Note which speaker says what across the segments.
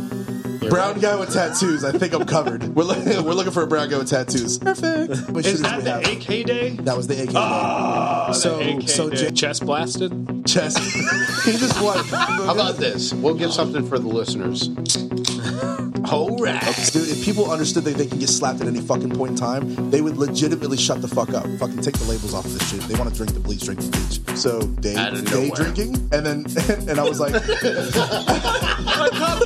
Speaker 1: there.
Speaker 2: Brown guy with tattoos. I think I'm covered. We're, look- we're looking for a brown guy with tattoos. Perfect. How many shooters
Speaker 1: Is that
Speaker 2: we
Speaker 1: the
Speaker 2: have?
Speaker 1: AK day?
Speaker 2: That was the AK.
Speaker 1: Oh,
Speaker 2: So-
Speaker 1: the AK
Speaker 2: so
Speaker 1: day.
Speaker 2: J-
Speaker 1: chest blasted.
Speaker 2: chest. he just won.
Speaker 3: How about this? We'll give something for the listeners. All right.
Speaker 2: Dude, if people understood that they can get slapped at any fucking point in time, they would legitimately shut the fuck up. Fucking take the labels off of this shit. They want to drink the bleach, drink the bleach. So day,
Speaker 3: Out of
Speaker 2: day
Speaker 3: nowhere.
Speaker 2: drinking, and then and I was like,
Speaker 4: I caught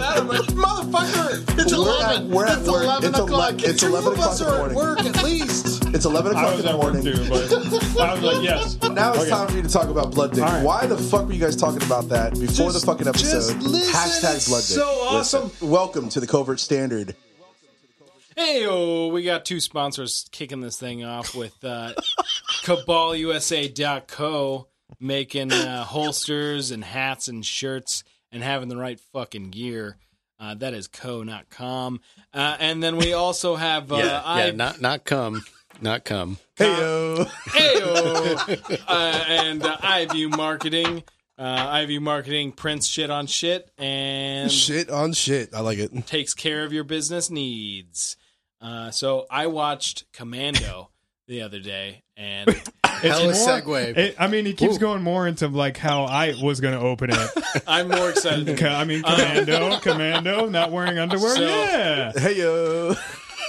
Speaker 4: that. I'm like, motherfucker, it's
Speaker 2: We're at-
Speaker 4: 11.
Speaker 2: we're at
Speaker 4: it's
Speaker 2: work.
Speaker 4: 11
Speaker 2: It's ele-
Speaker 4: o'clock.
Speaker 2: it's
Speaker 4: Two
Speaker 2: 11
Speaker 4: of us are
Speaker 2: o'clock in the
Speaker 4: at
Speaker 2: morning.
Speaker 4: work at least.
Speaker 2: it's 11
Speaker 1: I
Speaker 2: o'clock
Speaker 1: was
Speaker 2: in the
Speaker 1: at work
Speaker 2: morning.
Speaker 1: too, but I was like, yes.
Speaker 2: Now it's
Speaker 1: Okay.
Speaker 2: time for you to talk about blood dick.
Speaker 1: All right.
Speaker 2: Why the fuck were you guys talking about that before
Speaker 4: Just-
Speaker 2: the fucking episode?
Speaker 4: just listen,
Speaker 2: Hashtag
Speaker 4: it's
Speaker 2: blood dick.
Speaker 4: so awesome.
Speaker 2: Listen. Welcome to the covert standard.
Speaker 1: Hey, we got two sponsors kicking this thing off with uh, CabalUSA.co making uh, holsters and hats and shirts and having the right fucking gear. Uh, that is co, not com. Uh, and then we also have uh,
Speaker 3: Yeah,
Speaker 1: I-
Speaker 3: yeah, not not come, not come.
Speaker 2: Hey,
Speaker 1: Ayo. uh, and uh, iView Marketing. Uh, iView Marketing prints shit on shit and
Speaker 2: shit on shit. I like it.
Speaker 1: takes care of your business needs. Uh, so I watched Commando the other day, and
Speaker 3: Hell of a segue.
Speaker 5: It, I mean, he keeps going more into like how I was going to open it.
Speaker 1: I'm more excited. than
Speaker 5: Co- I mean, commando, commando, not wearing underwear.
Speaker 1: So-
Speaker 5: yeah,
Speaker 2: Hey, yo.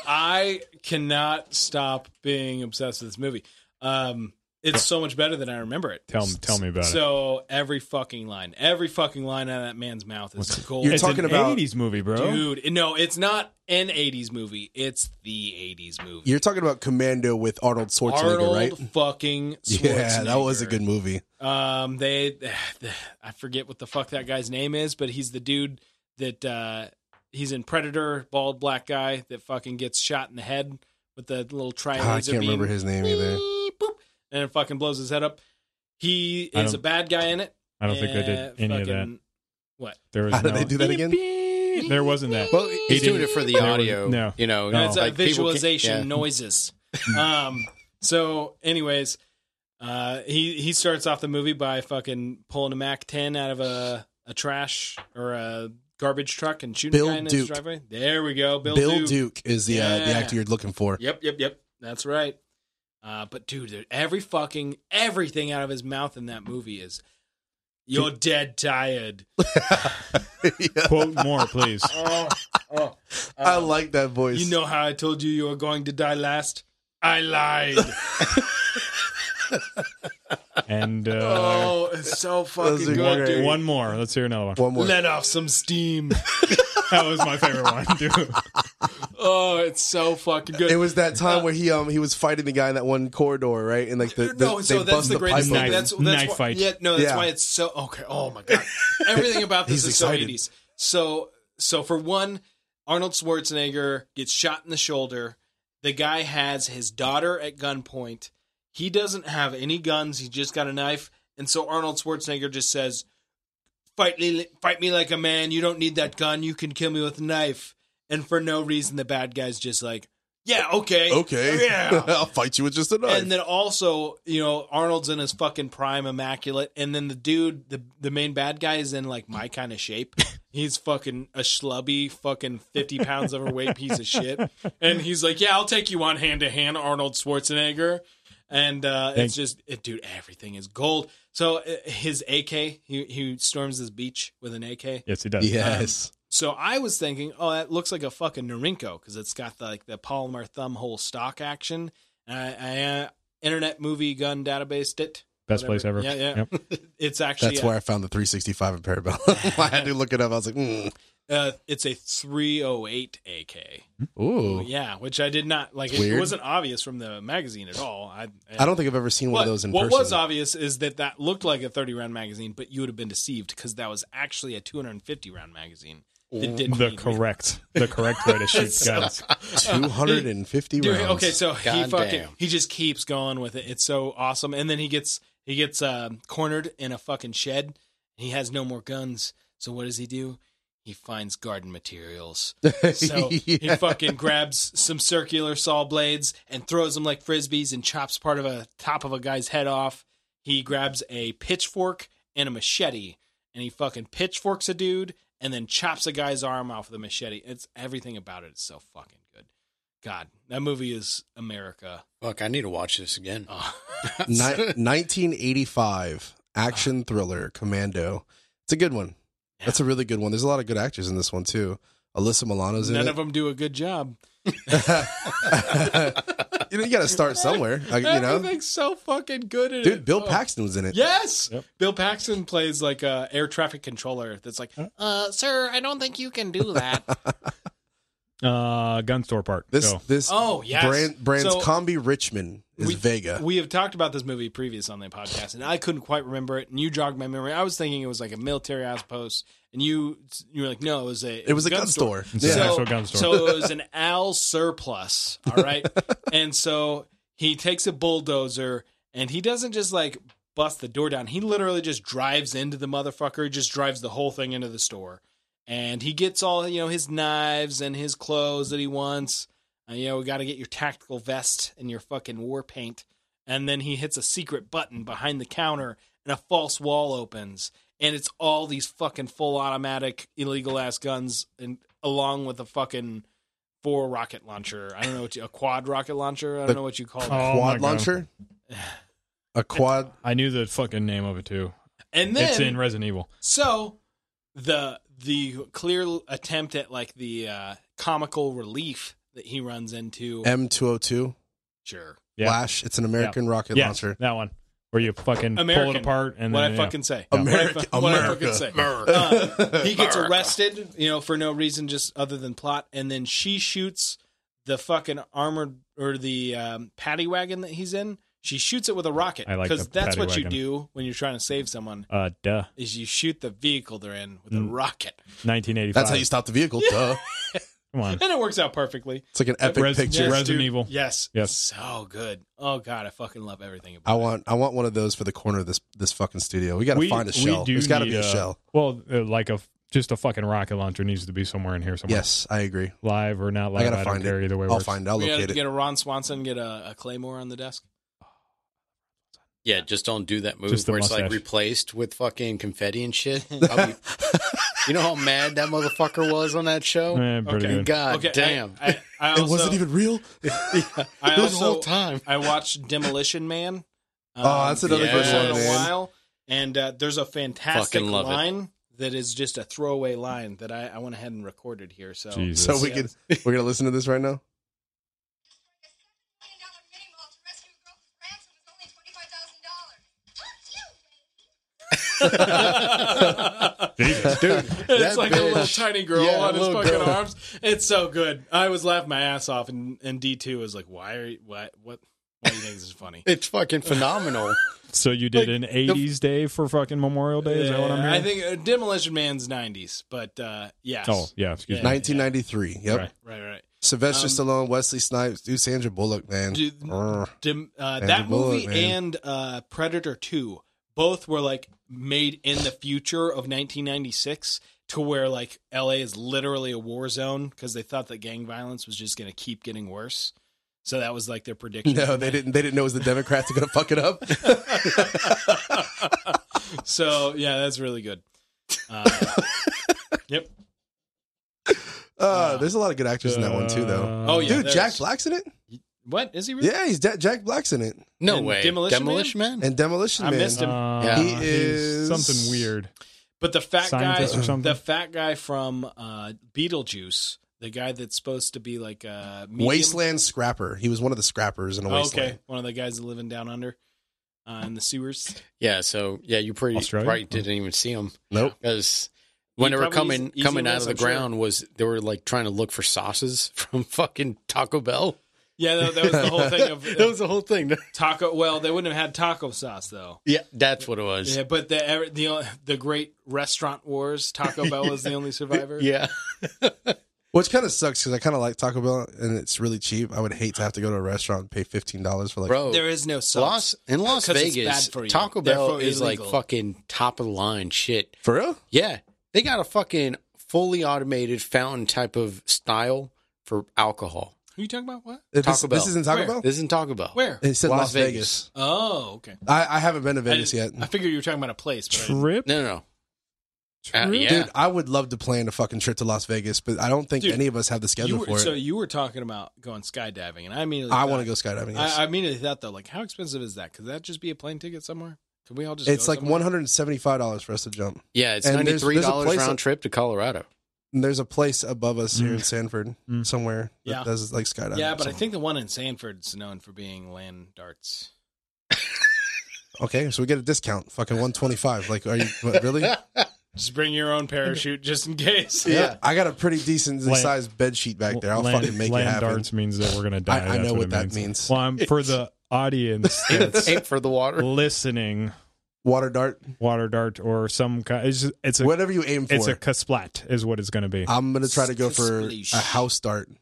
Speaker 1: I cannot stop being obsessed with this movie. Um, it's so much better than I remember it.
Speaker 5: tell me, tell me about it.
Speaker 1: So every fucking line, every fucking line out of that man's mouth is gold.
Speaker 2: You're
Speaker 5: It's
Speaker 2: talking
Speaker 5: an
Speaker 2: about-
Speaker 5: '80s movie, bro.
Speaker 1: Dude, no, it's not an 80s movie. It's the 80s movie.
Speaker 2: You're talking about Commando with Arnold Schwarzenegger,
Speaker 1: Arnold
Speaker 2: right?
Speaker 1: fucking Schwarzenegger.
Speaker 2: Yeah, that was a good movie.
Speaker 1: Um, they, I forget what the fuck that guy's name is, but he's the dude that uh, he's in Predator, bald black guy that fucking gets shot in the head with the little tri
Speaker 2: Ah, I
Speaker 1: laser
Speaker 2: can't
Speaker 1: beam.
Speaker 2: remember his name either.
Speaker 1: Beep, boop, and it fucking blows his head up. He
Speaker 5: I
Speaker 1: is
Speaker 5: don't-
Speaker 1: a bad guy in it. Eh,
Speaker 5: I don't think they did any of that.
Speaker 1: What?
Speaker 5: There was
Speaker 2: How did
Speaker 5: no-
Speaker 2: they do that again?
Speaker 5: There wasn't that.
Speaker 3: Well, he's
Speaker 5: He
Speaker 3: doing
Speaker 5: didn't-
Speaker 3: it for the
Speaker 5: there was-
Speaker 3: audio.
Speaker 5: no.
Speaker 3: you know,
Speaker 5: No.
Speaker 1: it's a
Speaker 3: like people can-
Speaker 1: visualization
Speaker 3: yeah.
Speaker 1: noises. um. So, anyways, uh, he he starts off the movie by fucking pulling a Mac ten out of a a trash or a garbage truck and shooting
Speaker 2: Bill
Speaker 1: a guy in his
Speaker 2: Duke.
Speaker 1: driveway. There we go, Bill,
Speaker 2: Bill, Duke. is the uh, the
Speaker 1: Yeah.
Speaker 2: actor you're looking for.
Speaker 1: Yep, yep, yep. That's right. Uh, but dude, there- every fucking everything out of his mouth in that movie is you're dead tired.
Speaker 5: Quote more, please.
Speaker 1: Oh, oh,
Speaker 2: I like that voice.
Speaker 1: You know how I told you you were going to die last? I lied.
Speaker 5: And uh,
Speaker 1: oh, it's so
Speaker 2: Those
Speaker 1: fucking
Speaker 2: are
Speaker 1: good,
Speaker 2: great.
Speaker 1: dude.
Speaker 5: one more. Let's hear another one.
Speaker 2: one more.
Speaker 1: Let off some steam.
Speaker 5: That was my favorite one, dude.
Speaker 1: oh, it's so fucking good.
Speaker 2: It was that time where he um he was fighting the guy in that one corridor, right? And like the, the
Speaker 1: no, so
Speaker 2: they
Speaker 1: that's
Speaker 2: bust
Speaker 1: the greatest
Speaker 2: pipe
Speaker 1: thing.
Speaker 2: open.
Speaker 1: That's, that's
Speaker 5: Knife
Speaker 1: why,
Speaker 5: fight.
Speaker 1: Yeah, no, that's
Speaker 2: Yeah.
Speaker 1: why it's so okay. Oh my god, everything about this
Speaker 2: He's
Speaker 1: is
Speaker 2: excited.
Speaker 1: so eighties. So, so for one, Arnold Schwarzenegger gets shot in the shoulder. The guy has his daughter at gunpoint. He doesn't have any guns. He just got a knife, and so Arnold Schwarzenegger just says, "Fight me, fight me like a man. You don't need that gun. You can kill me with a knife." And for no reason, the bad guy's just like, "Yeah, okay,
Speaker 2: Okay,
Speaker 1: Oh, yeah."
Speaker 2: I'll fight you with just a knife.
Speaker 1: And then also, you know, Arnold's in his fucking prime, immaculate. And then the dude, the the main bad guy, is in like my kind of shape. He's fucking a schlubby, fucking fifty pounds overweight piece of shit. And he's like, "Yeah, I'll take you on hand to hand, Arnold Schwarzenegger." And uh, it's just, it, dude, everything is gold. So uh, his AK, he he storms his beach with an AK.
Speaker 5: Yes, he does.
Speaker 2: yes,
Speaker 1: So I was thinking, oh, that looks like a fucking Narinko because it's got the, like the polymer thumb hole stock action. And I, I uh, Internet Movie Gun Database it.
Speaker 5: Best
Speaker 1: Whatever.
Speaker 5: place ever.
Speaker 1: Yeah, yeah.
Speaker 5: Yep.
Speaker 1: It's actually
Speaker 2: that's
Speaker 1: a,
Speaker 2: where I found the 365 in Parabellum. I had to look it up. I was like, mm.
Speaker 1: uh, it's a 308 AK.
Speaker 2: ooh.
Speaker 1: Oh, Yeah, which I did not like. It,
Speaker 2: Weird.
Speaker 1: wasn't obvious from the magazine at all. I,
Speaker 2: I don't think I've ever seen one
Speaker 1: What,
Speaker 2: of those in
Speaker 1: what
Speaker 2: person.
Speaker 1: was obvious is that that looked like a 30 round magazine, but you would have been deceived because that was actually a 250 round magazine.
Speaker 2: Oh.
Speaker 1: It didn't
Speaker 5: The
Speaker 1: need me.
Speaker 5: correct, the correct way to shoot guns.
Speaker 2: 250
Speaker 1: Dude,
Speaker 2: rounds.
Speaker 1: okay, so he
Speaker 3: God
Speaker 1: fucking
Speaker 3: damn.
Speaker 1: he just keeps going with it. It's so awesome. And then he gets he gets um, cornered in a fucking shed. He has no more guns. So what does he do? He finds garden materials. So he
Speaker 2: Yeah.
Speaker 1: fucking grabs some circular saw blades and throws them like frisbees and chops part of a top of a guy's head off. He grabs a pitchfork and a machete and he fucking pitchforks a dude and then chops a guy's arm off with a machete. It's everything about it is so fucking good. God, that movie is America.
Speaker 6: Fuck, I need to watch this again.
Speaker 2: Ni- 1985 action thriller Commando. It's a good one. That's a really good one. There's a lot of good actors in this one too. Alyssa Milano's in
Speaker 1: None
Speaker 2: it.
Speaker 1: of them do a good job.
Speaker 2: you know, you got to start somewhere. Like, you know,
Speaker 1: Everything's so fucking good. In
Speaker 2: dude,
Speaker 1: it.
Speaker 2: Bill
Speaker 1: Oh.
Speaker 2: Paxton was in it.
Speaker 1: Yes,
Speaker 5: Yep.
Speaker 1: Bill Paxton plays like a air traffic controller. That's like, uh, sir, I don't think you can do that.
Speaker 5: Uh, gun store part.
Speaker 2: This
Speaker 5: Go.
Speaker 2: this
Speaker 1: Oh, yes.
Speaker 2: brand brand's
Speaker 1: So-
Speaker 2: combi Richmond is
Speaker 1: We-
Speaker 2: Vega.
Speaker 1: we have talked about this movie previous on the podcast, and I couldn't quite remember it. And you jogged my memory. I was thinking it was like a military outpost, and you you were like, no, it was a
Speaker 2: it was a gun, store.
Speaker 5: It's
Speaker 2: Yeah.
Speaker 5: an actual gun store.
Speaker 1: So it was an Al surplus. All right. and so he takes a bulldozer and he doesn't just like bust the door down. He literally just drives into the motherfucker, just drives the whole thing into the store. And he gets all, you know, his knives and his clothes that he wants. Uh, you know, we got to get your tactical vest and your fucking war paint. And then he hits a secret button behind the counter and a false wall opens. And it's all these fucking full automatic illegal ass guns and along with a fucking four rocket launcher. I don't know what you, a quad rocket launcher. I don't
Speaker 2: The-
Speaker 1: know what you call it.
Speaker 5: Oh my
Speaker 2: quad
Speaker 5: God.
Speaker 2: launcher. A quad.
Speaker 5: I knew the fucking name of it too.
Speaker 1: and then
Speaker 5: it's in Resident Evil.
Speaker 1: So the the clear attempt at like the uh, comical relief that he runs into.
Speaker 2: M202
Speaker 1: sure,
Speaker 5: Yeah.
Speaker 2: Lash. It's an American rocket
Speaker 5: Yeah,
Speaker 2: launcher.
Speaker 5: that one where you fucking pull
Speaker 1: American.
Speaker 5: it apart and
Speaker 1: what
Speaker 5: then
Speaker 1: I
Speaker 5: yeah.
Speaker 1: fucking say.
Speaker 2: America.
Speaker 1: What I fu- what I fucking
Speaker 2: America.
Speaker 1: say.
Speaker 6: America.
Speaker 1: Uh, he gets arrested, you know, for no reason just other than plot, and then she shoots the fucking armored or the um, paddy wagon that he's in. She shoots it with a rocket
Speaker 5: I like the
Speaker 1: that's
Speaker 5: paddy
Speaker 1: what you
Speaker 5: wagon.
Speaker 1: do when you're trying to save someone
Speaker 5: uh, duh,
Speaker 1: is you shoot the vehicle they're in with a
Speaker 5: Mm.
Speaker 1: rocket,
Speaker 5: 1985.
Speaker 2: That's how you stop the vehicle. Duh.
Speaker 5: come on.
Speaker 1: and it works out perfectly.
Speaker 2: It's like an epic
Speaker 5: Res-
Speaker 2: picture.
Speaker 5: Yes. Resident Evil.
Speaker 1: Yes.
Speaker 5: Yes.
Speaker 1: So good. Oh god, I fucking love everything about
Speaker 2: I want I want one of those for the corner of this this fucking studio. We got to
Speaker 5: We-
Speaker 2: find a
Speaker 5: we
Speaker 2: shell.
Speaker 5: do
Speaker 2: There's got to be
Speaker 5: need
Speaker 2: a
Speaker 5: a-
Speaker 2: shell.
Speaker 5: Well, uh, like a f- just a fucking rocket launcher needs to be somewhere in here somewhere.
Speaker 2: Yes, I agree.
Speaker 5: live or not live.
Speaker 2: I
Speaker 5: I,
Speaker 2: gotta
Speaker 5: don't
Speaker 2: find
Speaker 5: care
Speaker 2: it.
Speaker 5: either way.
Speaker 2: I'll
Speaker 5: works.
Speaker 2: find. I'll
Speaker 1: it. We
Speaker 2: locate
Speaker 1: gotta
Speaker 2: it.
Speaker 1: get a Ron Swanson, get a, a Claymore on the desk.
Speaker 6: Yeah, just don't do that move
Speaker 5: Just the
Speaker 6: where it's like
Speaker 5: mustache.
Speaker 6: replaced with fucking confetti and shit. I'll be- you know how mad that motherfucker was on that show?
Speaker 5: Eh,
Speaker 1: Oh, Okay.
Speaker 5: pretty good.
Speaker 6: God
Speaker 1: okay, I-
Speaker 6: damn.
Speaker 1: I, I
Speaker 2: it
Speaker 1: also,
Speaker 2: wasn't even real.
Speaker 1: I
Speaker 6: this
Speaker 1: also,
Speaker 6: whole time.
Speaker 1: I watched Demolition Man.
Speaker 2: Oh, that's another
Speaker 6: good
Speaker 1: first
Speaker 6: one,
Speaker 1: in a
Speaker 6: man.
Speaker 1: while. And uh, there's a fantastic
Speaker 6: Fucking love it.
Speaker 1: line that is just a throwaway line that I, I went ahead and recorded here. So
Speaker 5: Jesus.
Speaker 2: So we can we're gonna listen to this right now.
Speaker 5: Jesus.
Speaker 1: it's
Speaker 6: That
Speaker 1: like a little
Speaker 6: bitch.
Speaker 1: tiny girl
Speaker 6: Yeah,
Speaker 1: on his
Speaker 6: little
Speaker 1: fucking
Speaker 6: girl.
Speaker 1: arms. It's so good. I was laughing my ass off, and, and D two was like, "Why are you, what what why do you think this is funny?"
Speaker 6: It's fucking phenomenal.
Speaker 5: So you did an 80s day for fucking Memorial Day? Is that what I'm
Speaker 1: Yeah,
Speaker 5: hearing?
Speaker 1: I think uh, Demolition Man's nineties, but uh, yes,
Speaker 5: oh, yeah. Excuse
Speaker 1: Yeah.
Speaker 5: me.
Speaker 2: 1993. Yep.
Speaker 5: Right.
Speaker 1: right, right.
Speaker 2: Sylvester
Speaker 1: Um,
Speaker 2: Stallone, Wesley Snipes, dude, Sandra Bullock, man.
Speaker 1: Dude,
Speaker 2: Urgh.
Speaker 1: Dem- uh,
Speaker 2: Sandra
Speaker 1: that movie
Speaker 2: Bullock, man.
Speaker 1: and uh, Predator Two both were like made in the future of 1996 to where like LA is literally a war zone because they thought that gang violence was just going to keep getting worse. So that was like their prediction.
Speaker 2: No, they didn't. They didn't know it was the Democrats are gonna fuck it up.
Speaker 1: So yeah, that's really good. Uh, yep.
Speaker 2: Uh, there's a lot of good actors in that one too, though.
Speaker 5: Uh,
Speaker 1: Oh, yeah.
Speaker 2: Dude,
Speaker 1: there's-
Speaker 2: Jack Black's in it.
Speaker 1: What is he? Really?
Speaker 2: Yeah, he's De- Jack Black's in it,
Speaker 6: No
Speaker 1: And
Speaker 6: way.
Speaker 1: Demolition Man?
Speaker 6: Man?
Speaker 2: and Demolition
Speaker 1: I
Speaker 2: Man.
Speaker 1: missed him.
Speaker 5: Uh,
Speaker 6: Yeah.
Speaker 2: He is-
Speaker 5: something weird.
Speaker 1: But the fat guy,
Speaker 5: Scientist or something?
Speaker 1: the fat guy from uh, Beetlejuice, the guy that's supposed to be like uh, medium-
Speaker 2: Wasteland Scrapper. He was one of the scrappers in a
Speaker 1: Oh,
Speaker 2: wasteland.
Speaker 1: okay, one of the guys living down under uh, in the sewers.
Speaker 6: Yeah, so yeah, you pretty
Speaker 5: Australia?
Speaker 6: right didn't even see them
Speaker 2: Nope.
Speaker 6: because when
Speaker 1: You
Speaker 6: they were
Speaker 1: probably
Speaker 6: coming
Speaker 1: easy
Speaker 6: coming out of
Speaker 1: wins,
Speaker 6: the
Speaker 1: I'm sure.
Speaker 6: ground was they were like trying to look for sauces from fucking Taco Bell.
Speaker 1: Yeah, that, that was the whole thing of
Speaker 6: that was the whole thing.
Speaker 1: taco. Well, they wouldn't have had taco sauce though.
Speaker 6: yeah, that's what it was.
Speaker 1: Yeah, but the ever- the only- the great restaurant wars, Taco Bell was the only survivor.
Speaker 6: Yeah.
Speaker 2: Which kind of sucks because I kind of like Taco Bell and it's really cheap. I would hate to have to go to a restaurant and pay fifteen dollars for like.
Speaker 6: bro.
Speaker 1: there is no sauce.
Speaker 6: Las in Las
Speaker 1: 'Cause it's
Speaker 6: Vegas,
Speaker 1: bad for you.
Speaker 6: Taco Bell
Speaker 1: Therefore
Speaker 6: is like
Speaker 1: illegal.
Speaker 6: fucking top of the line shit.
Speaker 2: For real?
Speaker 6: Yeah, they got a fucking fully automated fountain type of style for alcohol.
Speaker 1: Who you talking about? What?
Speaker 2: This,
Speaker 6: Taco
Speaker 2: this
Speaker 6: Bell.
Speaker 2: isn't Taco
Speaker 1: Where?
Speaker 2: Bell.
Speaker 6: This isn't Taco Bell.
Speaker 1: Where?
Speaker 2: It said Las,
Speaker 6: Las
Speaker 2: Vegas.
Speaker 6: Vegas.
Speaker 1: Oh, okay.
Speaker 2: I, I haven't been to Vegas
Speaker 1: I,
Speaker 2: yet.
Speaker 1: I figured you were talking about a place, but I didn't.
Speaker 5: Trip?
Speaker 6: No, no, no. Uh, yeah.
Speaker 2: Dude, I would love to plan a fucking trip to Las Vegas, but I don't think
Speaker 1: Dude,
Speaker 2: any of us have the schedule
Speaker 1: You were,
Speaker 2: for it.
Speaker 1: so you were talking about going skydiving, and I immediately
Speaker 2: I
Speaker 1: thought-
Speaker 2: want to go skydiving. yes.
Speaker 1: I, I immediately thought though, like, how expensive is that? Could that just be a plane ticket somewhere? Could we all just?
Speaker 2: it's
Speaker 1: go
Speaker 2: like
Speaker 1: somewhere?
Speaker 2: one hundred and seventy-five dollars for us to jump.
Speaker 6: yeah, it's
Speaker 2: And there's-
Speaker 6: ninety-three
Speaker 2: there's a
Speaker 6: dollars
Speaker 2: place
Speaker 6: round
Speaker 2: that-
Speaker 6: trip to Colorado.
Speaker 2: And there's a place above us here in Sanford
Speaker 5: Mm.
Speaker 2: somewhere that
Speaker 1: Yeah.
Speaker 2: does like skydiving.
Speaker 1: Yeah,
Speaker 2: or
Speaker 1: but I
Speaker 2: something.
Speaker 1: think the one in Sanford's known for being land darts.
Speaker 2: okay, so we get a discount, fucking one twenty-five. Like, are you what, really? Yeah.
Speaker 1: Just bring your own parachute just in case.
Speaker 2: I got a pretty decent
Speaker 5: Land-
Speaker 2: sized bed sheet back there. I'll
Speaker 5: land,
Speaker 2: fucking make
Speaker 5: land
Speaker 2: it happen.
Speaker 5: darts means that we're gonna die.
Speaker 2: I
Speaker 5: That's
Speaker 2: know what that
Speaker 5: it
Speaker 2: means.
Speaker 5: Well, I'm, for the audience that's
Speaker 6: Aim for the water.
Speaker 5: listening,
Speaker 2: Water dart,
Speaker 5: water dart or some kind. It's, just- it's a
Speaker 2: whatever you aim for.
Speaker 5: it's a casplat is what it's gonna be.
Speaker 2: I'm gonna try to go for
Speaker 1: Splish.
Speaker 2: a house dart.
Speaker 5: That'd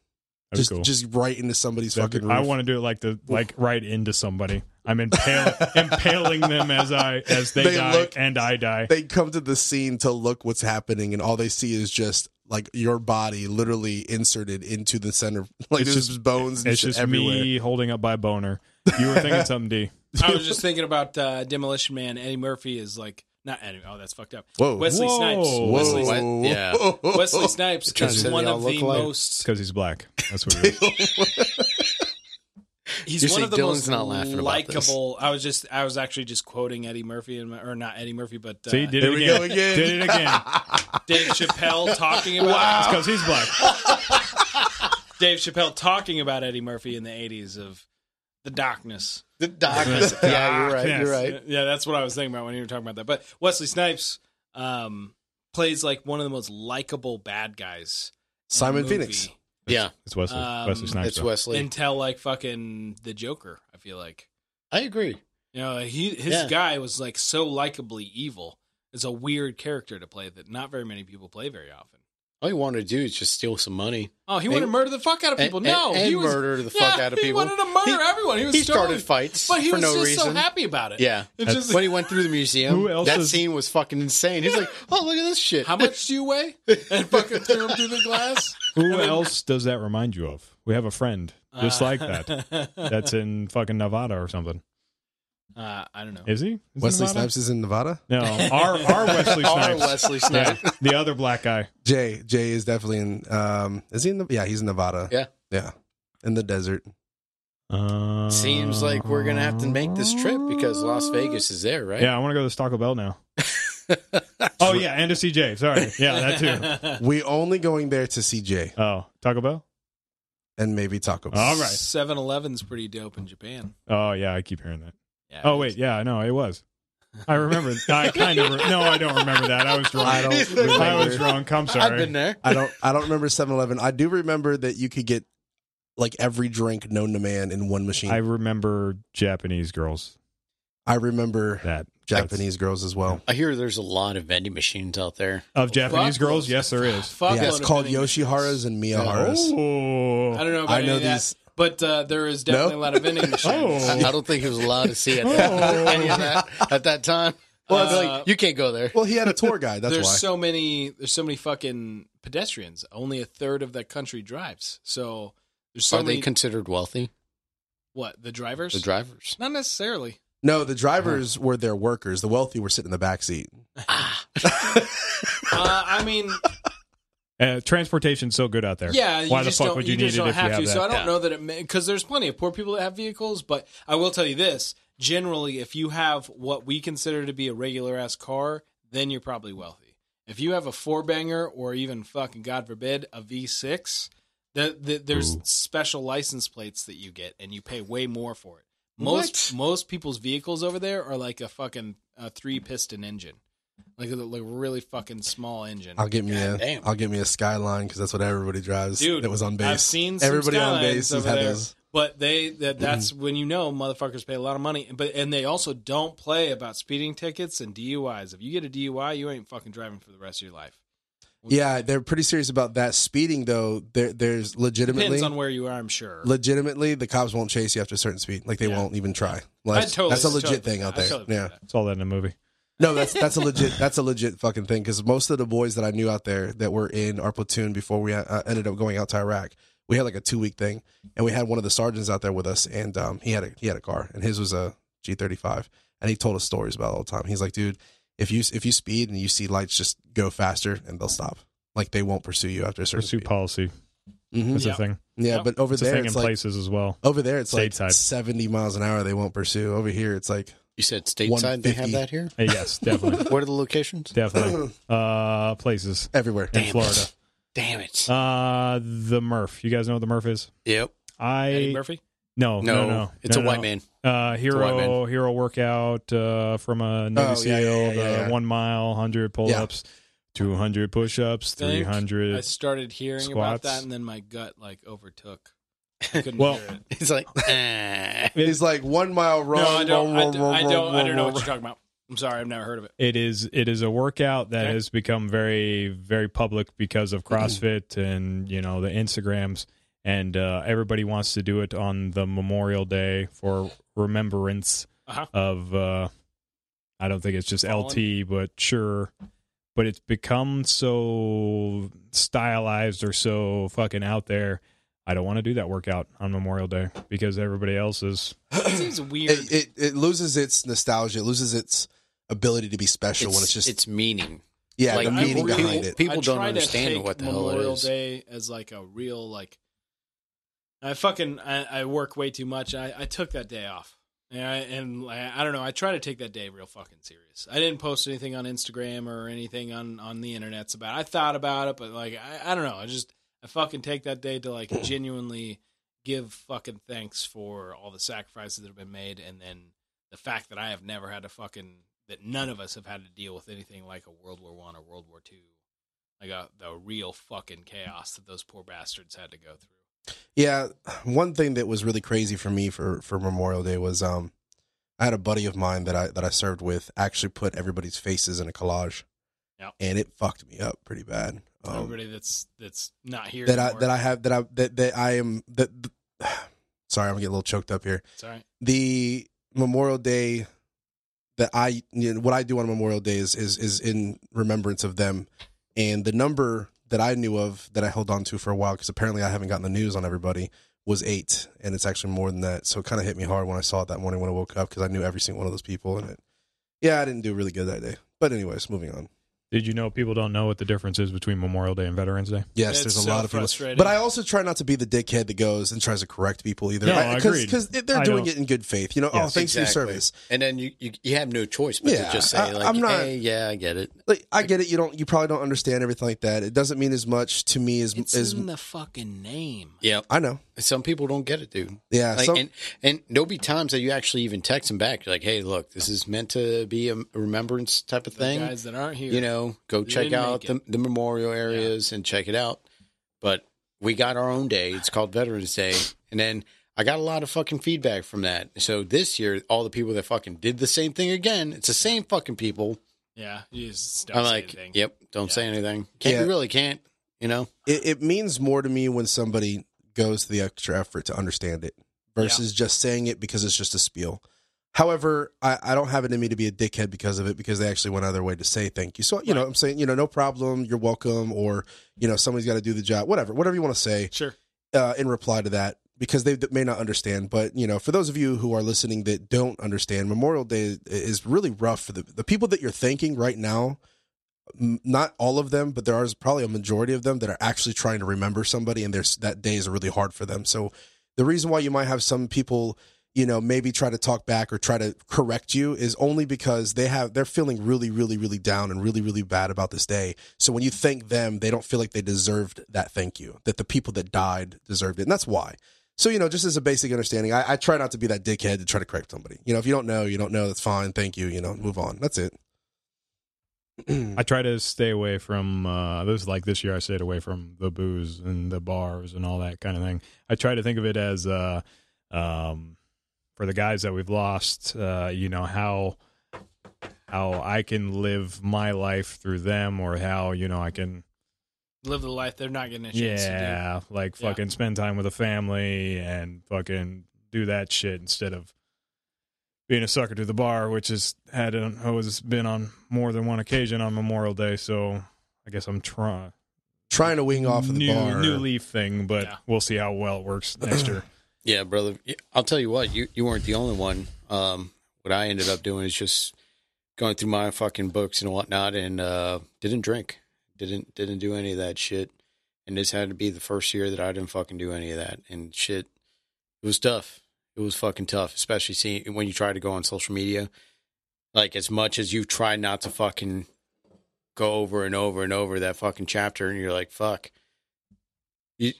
Speaker 5: be
Speaker 2: Just
Speaker 5: cool.
Speaker 2: just right into somebody's
Speaker 5: That'd be-
Speaker 2: fucking roof.
Speaker 5: I want to do it like the like right into somebody. I'm impale, impaling them as I as they,
Speaker 2: They
Speaker 5: die
Speaker 2: look-
Speaker 5: and I die.
Speaker 2: they come to the scene to look what's happening, and all they see is just like your body literally inserted into the center. Like
Speaker 5: It's
Speaker 2: there's
Speaker 5: just-
Speaker 2: just bones and
Speaker 5: it's
Speaker 2: shit
Speaker 5: just
Speaker 2: everywhere.
Speaker 5: me holding up by boner. You were thinking something, D.
Speaker 1: I was just thinking about uh, Demolition Man. Eddie Murphy is like not Eddie. Oh, that's fucked up.
Speaker 2: Whoa.
Speaker 1: Wesley
Speaker 5: Whoa.
Speaker 1: Snipes.
Speaker 5: Whoa.
Speaker 1: Wesley, Snipes-
Speaker 2: Whoa.
Speaker 6: Yeah.
Speaker 1: Wesley Snipes
Speaker 6: Trying to
Speaker 1: is
Speaker 6: say they
Speaker 1: one
Speaker 6: all
Speaker 1: of
Speaker 6: look
Speaker 1: the
Speaker 6: alike.
Speaker 5: It's
Speaker 1: most.
Speaker 5: because he's black. That's what it is.
Speaker 1: He's
Speaker 6: You
Speaker 1: one
Speaker 6: see,
Speaker 1: of the
Speaker 6: Dylan's
Speaker 1: most
Speaker 6: not laughing about
Speaker 1: likable. I was just. I was actually just quoting Eddie Murphy and my- or not Eddie Murphy, but uh,
Speaker 5: See, did
Speaker 2: Here
Speaker 5: it
Speaker 2: we
Speaker 5: again.
Speaker 2: go again.
Speaker 5: Did it again.
Speaker 1: Dave Chappelle talking about
Speaker 5: It's because he's black.
Speaker 1: Dave Chappelle talking about Eddie Murphy in the '80s of the darkness.
Speaker 6: The darkness. yeah, you're right. You're right.
Speaker 1: Yeah, that's what I was thinking about when you were talking about that. But Wesley Snipes um, plays like one of the most likable bad guys. in
Speaker 2: Simon
Speaker 1: the movie
Speaker 2: Phoenix.
Speaker 6: Yeah,
Speaker 5: It's Wesley.
Speaker 1: Um,
Speaker 5: Wesley Snipes.
Speaker 6: it's
Speaker 5: though.
Speaker 6: Wesley.
Speaker 1: until like fucking the Joker. I feel like
Speaker 6: I agree.
Speaker 1: you know he his
Speaker 6: Yeah.
Speaker 1: guy was like so likably evil. It's a weird character to play that not very many people play very often.
Speaker 6: All you want to do is just steal some money.
Speaker 1: Oh, he wanted to
Speaker 6: And-
Speaker 1: murder the fuck out of people.
Speaker 6: and-
Speaker 1: no,
Speaker 6: and
Speaker 1: he was
Speaker 6: murder the fuck
Speaker 1: Yeah,
Speaker 6: out of people.
Speaker 1: He wanted to murder
Speaker 6: He-
Speaker 1: everyone. He was
Speaker 6: he started
Speaker 1: totally-
Speaker 6: fights
Speaker 1: but he
Speaker 6: for
Speaker 1: was
Speaker 6: no
Speaker 1: just so
Speaker 6: reason.
Speaker 1: happy about it.
Speaker 6: Yeah.
Speaker 1: It's just-
Speaker 6: when he went through the museum,
Speaker 5: Who else
Speaker 6: that
Speaker 5: is-
Speaker 6: scene was fucking insane. He's like, oh, look at this shit.
Speaker 1: how much do you weigh? And fucking threw him through the glass.
Speaker 5: Who else does that remind you of? We have a friend just like that. That's in fucking Nevada or something.
Speaker 1: Uh, I don't know.
Speaker 5: Is he? Is he
Speaker 2: Wesley
Speaker 5: Nevada?
Speaker 2: Snipes is in Nevada.
Speaker 5: No, our our Wesley
Speaker 6: Our
Speaker 5: Snipes.
Speaker 6: Wesley
Speaker 5: Yeah,
Speaker 6: Snipes.
Speaker 5: the other black guy.
Speaker 2: Jay Jay is definitely in. Um, is he in the? Yeah, he's in Nevada.
Speaker 6: Yeah.
Speaker 2: yeah, in the desert.
Speaker 5: Uh,
Speaker 6: Seems like we're gonna have to make this trip because Las Vegas is there, right?
Speaker 5: Yeah, I want to go to this Taco Bell now. oh yeah, and to CJ. Sorry, yeah, that too.
Speaker 2: We only going there to see Jay
Speaker 5: Oh, Taco Bell.
Speaker 2: and maybe Taco. Bell.
Speaker 5: All right.
Speaker 1: 7 Eleven's pretty dope in Japan.
Speaker 5: Oh yeah, I keep hearing that.
Speaker 1: Yeah,
Speaker 5: Oh wait, yeah, no, it was. I remember. I kind of. Re- no, I don't remember that. I was drunk.
Speaker 2: I don't
Speaker 6: He's
Speaker 2: remember.
Speaker 6: like,
Speaker 5: I was drunk. I'm sorry.
Speaker 6: I've been there.
Speaker 2: I don't. I don't remember 7-Eleven. I do remember that you could get like every drink known to man in one machine.
Speaker 5: I
Speaker 2: I,
Speaker 5: remember Japanese girls.
Speaker 2: remember
Speaker 5: That
Speaker 2: Japanese girls as well.
Speaker 6: I hear there's a lot of vending machines out there.
Speaker 5: of Japanese
Speaker 1: Fuckloads.
Speaker 5: girls. Yes, there is.
Speaker 1: Fuckload
Speaker 2: Yeah, it's
Speaker 1: of
Speaker 2: called
Speaker 1: vending machines.
Speaker 2: Yoshiharas and Miyaharas.
Speaker 1: I
Speaker 5: Oh,
Speaker 1: don't know about
Speaker 2: I know
Speaker 1: any of
Speaker 2: these-
Speaker 1: that, but uh, there is definitely
Speaker 2: No?
Speaker 1: a lot of vending
Speaker 5: Oh.
Speaker 2: Oh.
Speaker 1: machines.
Speaker 6: I, I don't think it was allowed to see at that, any of that at that time. Well, it's like you can't go there.
Speaker 2: Well, he had a tour guide. That's
Speaker 1: there's
Speaker 2: why.
Speaker 1: so many there's so many fucking pedestrians. Only a third of the country drives. So there's so
Speaker 6: Are
Speaker 1: many
Speaker 6: they considered wealthy?
Speaker 1: what, the drivers?
Speaker 6: The drivers.
Speaker 1: Not necessarily.
Speaker 2: no, the drivers were their workers. The wealthy were sitting in the back seat.
Speaker 1: Uh, I mean,
Speaker 5: uh, transportation's so good out there.
Speaker 1: yeah.
Speaker 5: Why
Speaker 1: you
Speaker 5: the
Speaker 1: just
Speaker 5: fuck
Speaker 1: don't,
Speaker 5: would you, need
Speaker 1: just
Speaker 5: it
Speaker 1: don't
Speaker 5: if you
Speaker 1: have
Speaker 5: have
Speaker 1: to?
Speaker 5: that?
Speaker 1: So I don't
Speaker 6: Yeah.
Speaker 1: know that it because there's plenty of poor people that have vehicles, but I will tell you this: generally, if you have what we consider to be a regular ass car, then you're probably wealthy. If you have a four banger or even fucking God forbid a V6, the, the, there's
Speaker 5: Ooh.
Speaker 1: special license plates that you get, and you pay way more for it. Most most people's vehicles over there are like a fucking uh, three piston engine, like a like a really fucking small engine.
Speaker 2: I'll get me a.
Speaker 6: damn.
Speaker 2: will get me a Skyline because that's what everybody drives.
Speaker 1: Dude,
Speaker 2: that was on base.
Speaker 1: I've seen some
Speaker 2: everybody on
Speaker 1: Skylines
Speaker 2: base has
Speaker 1: over
Speaker 2: had
Speaker 1: there,
Speaker 2: those. Mm-hmm.
Speaker 1: But they that that's when you know motherfuckers pay a lot of money, but and they also don't play about speeding tickets and DUIs. If you get a DUI, you ain't fucking driving for the rest of your life.
Speaker 2: Yeah, they're pretty serious about that. Speeding though, there, there's legitimately,
Speaker 1: Depends on where you are, I'm sure.
Speaker 2: legitimately, the cops won't chase you after a certain speed. Like they
Speaker 1: Yeah.
Speaker 2: won't even try.
Speaker 1: I
Speaker 2: Like,
Speaker 1: totally-
Speaker 2: that's a
Speaker 1: totally
Speaker 2: legit
Speaker 1: believe
Speaker 2: thing out
Speaker 1: that.
Speaker 2: there.
Speaker 1: I totally believe
Speaker 2: yeah.
Speaker 1: that.
Speaker 5: Saw that in a movie.
Speaker 2: No, that's that's a legit that's a legit fucking thing because most of the boys that I knew out there that were in our platoon before we uh, ended up going out to Iraq, we had like a two week thing, and we had one of the sergeants out there with us, and um, he had a he had a car, and his was a G thirty five, and he told us stories about it all the time. He's like, dude, If you if you speed and you see lights, just go faster and they'll stop. Like they won't pursue you after a certain
Speaker 5: Pursue
Speaker 2: speed.
Speaker 5: policy
Speaker 2: Mhm.
Speaker 5: is
Speaker 1: Yeah.
Speaker 5: a thing.
Speaker 2: Yeah,
Speaker 1: Yep.
Speaker 2: but over
Speaker 5: It's a
Speaker 2: there
Speaker 5: thing in
Speaker 2: it's like
Speaker 5: places as well.
Speaker 2: over there it's like
Speaker 5: Stateside.
Speaker 2: seventy miles an hour. They won't pursue. Over here it's like
Speaker 6: You said stateside they have
Speaker 2: 150.
Speaker 6: that here?
Speaker 5: Hey, yes, definitely,
Speaker 6: What are the locations?
Speaker 5: definitely. Uh, places
Speaker 2: everywhere.
Speaker 5: in Florida.
Speaker 6: Damn it.
Speaker 5: Uh, the Murph. You guys know what the Murph is?
Speaker 6: yep.
Speaker 5: I
Speaker 1: Eddie Murphy.
Speaker 5: no no
Speaker 6: No,
Speaker 5: no. no
Speaker 6: it's a
Speaker 5: no,
Speaker 6: white
Speaker 5: no.
Speaker 6: man.
Speaker 5: Uh,
Speaker 6: white
Speaker 5: hero
Speaker 6: man.
Speaker 5: hero workout uh, from a Navy
Speaker 2: Oh, yeah,
Speaker 5: SEAL.
Speaker 2: yeah, yeah,
Speaker 5: the
Speaker 2: yeah, yeah.
Speaker 5: one mile, hundred pull ups, two hundred push ups, three
Speaker 1: Think I
Speaker 5: hundred.
Speaker 1: started hearing about
Speaker 5: Squats.
Speaker 1: that, and then my gut like overtook. I couldn't
Speaker 5: Well,
Speaker 1: hear it.
Speaker 6: It's like, ah.
Speaker 2: He's like one mile run.
Speaker 1: No, I don't. I,
Speaker 2: run,
Speaker 1: d-
Speaker 2: run,
Speaker 1: I
Speaker 2: run,
Speaker 1: don't. I
Speaker 2: run,
Speaker 1: don't know
Speaker 2: run,
Speaker 1: what you're talking about. I'm sorry, I've never heard of it.
Speaker 5: It is it is a workout that
Speaker 1: Okay. Mm-hmm.
Speaker 5: has become very very public because of CrossFit and you know the Instagrams and uh, everybody wants to do it on the Memorial Day for remembrance
Speaker 1: Uh-huh.
Speaker 5: of uh, I don't think it's just LT but sure but it's become so stylized or so fucking out there. I don't want to do that workout on Memorial Day because everybody else is
Speaker 1: It seems weird.
Speaker 2: It, it it loses its nostalgia. It loses its ability to be special when it's just
Speaker 6: it's meaning.
Speaker 2: yeah
Speaker 6: like,
Speaker 2: the
Speaker 1: I
Speaker 2: meaning
Speaker 1: really-
Speaker 2: behind it.
Speaker 6: People
Speaker 1: I
Speaker 6: don't
Speaker 1: try to
Speaker 6: understand
Speaker 1: take
Speaker 6: what the hell it
Speaker 1: Memorial
Speaker 6: is.
Speaker 1: Day as like a real like. I fucking I, I work way too much. I, I took that day off, and I, and I, I don't know. I try to take that day real fucking serious. I didn't post anything on Instagram or anything on on the internet's about. it. I thought about it, but like I, I don't know. I just I fucking take that day to like genuinely give fucking thanks for all the sacrifices that have been made, and then the fact that I have never had to fucking that none of us have had to deal with anything like a World War One or World War Two, like a, the real fucking chaos that those poor bastards had to go through.
Speaker 2: Yeah, one thing that was really crazy for me for for Memorial Day was um, I had a buddy of mine that I that I served with actually put everybody's faces in a collage,
Speaker 1: Yeah.
Speaker 2: and it fucked me up pretty bad. Um,
Speaker 1: Everybody that's that's not here
Speaker 2: that I
Speaker 1: anymore.
Speaker 2: that I have that I that that I am that. Sorry, I'm gonna get a little choked up here.
Speaker 1: It's all right.
Speaker 2: The Memorial Day that I you know, what I do on Memorial Day is is is in remembrance of them, and the number that I knew of that I held on to for a while because apparently I haven't gotten the news on everybody was eight, and it's actually more than that. So it kind of hit me hard when I saw it that morning when I woke up because I knew every single one of those people, and it yeah I didn't do really good that day. But anyways, moving on.
Speaker 5: Did you know people don't know what the difference is between Memorial Day and Veterans Day?
Speaker 2: Yes,
Speaker 1: It's uh,
Speaker 2: there's a
Speaker 1: so
Speaker 2: lot of people.
Speaker 1: frustrating.
Speaker 2: But I also try not to be the dickhead that goes and tries to correct people either.
Speaker 5: No, agreed.
Speaker 2: Because they're
Speaker 5: I
Speaker 2: doing
Speaker 5: don't-
Speaker 2: it in good faith. You know, oh,
Speaker 5: Yes.
Speaker 2: thanks for your
Speaker 6: Exactly.
Speaker 2: service.
Speaker 6: And then you, you, you have no choice but
Speaker 2: Yeah,
Speaker 6: to just say,
Speaker 2: I-
Speaker 6: like,
Speaker 2: I'm not-
Speaker 6: hey, yeah, I get it.
Speaker 2: Like I get it. You don't. You probably don't understand everything like that. It doesn't mean as much to me as
Speaker 1: It's
Speaker 2: as
Speaker 1: in the fucking name.
Speaker 6: Yep.
Speaker 2: I know.
Speaker 6: Some people don't get it, dude.
Speaker 2: Yeah.
Speaker 6: Like,
Speaker 2: some-
Speaker 6: and, and there'll be times that you actually even text them back. You're like, hey, look, this is meant to be a remembrance type of
Speaker 1: The
Speaker 6: thing.
Speaker 1: guys that aren't here,
Speaker 6: you know, go check
Speaker 1: didn't
Speaker 6: out
Speaker 1: make
Speaker 6: the,
Speaker 1: it.
Speaker 6: the memorial areas and check it out. But we got our own day. It's called Veterans Day. And then I got a lot of fucking feedback from that. So this year, all the people that fucking did the same thing again, it's the same fucking people.
Speaker 1: Yeah, you just don't
Speaker 6: I'm
Speaker 1: say
Speaker 6: like,
Speaker 1: anything.
Speaker 6: yep, don't say anything. Can't,
Speaker 2: Yeah.
Speaker 6: You really can't, you know?
Speaker 2: it, it means more to me when somebody goes to the extra effort to understand it versus just saying it because it's just a spiel. However, I, I don't have it in me to be a dickhead because of it because they actually went out of their way to say thank you. So, you know, I'm saying, you know, no problem, you're welcome, or, you know, somebody's got to do the job, whatever, whatever you want to say
Speaker 1: Sure.
Speaker 2: uh, in reply to that because they d- may not understand. But you know, for those of you who are listening that don't understand, Memorial Day is really rough for the the people that you're thanking right now. m- Not all of them, but there are probably a majority of them that are actually trying to remember somebody, and there's that day is really hard for them. So the reason why you might have some people you know maybe try to talk back or try to correct you is only because they have they're feeling really really really down and really really bad about this day so when you thank them they don't feel like they deserved that thank you that the people that died deserved it and that's why so you know just as a basic understanding i, I try not to be that dickhead to try to correct somebody you know if you don't know you don't know that's fine thank you you know move on that's it
Speaker 5: I try to stay away from uh this like this year I stayed away from the booze and the bars and all that kind of thing. I try to think of it as uh um for the guys that we've lost, uh, you know, how how I can live my life through them or how, you know, I can
Speaker 1: Live the life they're not getting a chance to
Speaker 5: yeah, like
Speaker 1: Yeah.
Speaker 5: fucking spend time with a family and fucking do that shit instead of being a sucker to the bar, which has had always been on more than one occasion on Memorial Day. So I guess I'm trying
Speaker 2: trying to wing off of the
Speaker 5: new
Speaker 2: bar
Speaker 5: new leaf thing, but
Speaker 1: Yeah.
Speaker 5: we'll see how well it works next year.
Speaker 6: Yeah, brother. I'll tell you what, you, you weren't the only one. Um, what I ended up doing is just going through my fucking books and whatnot, and uh, didn't drink, didn't didn't do any of that shit. And this had to be the first year that I didn't fucking do any of that. And shit, it was tough. It was fucking tough, especially seeing when you try to go on social media. Like as much as you try not to fucking go over and over and over that fucking chapter, and you're like, fuck. You,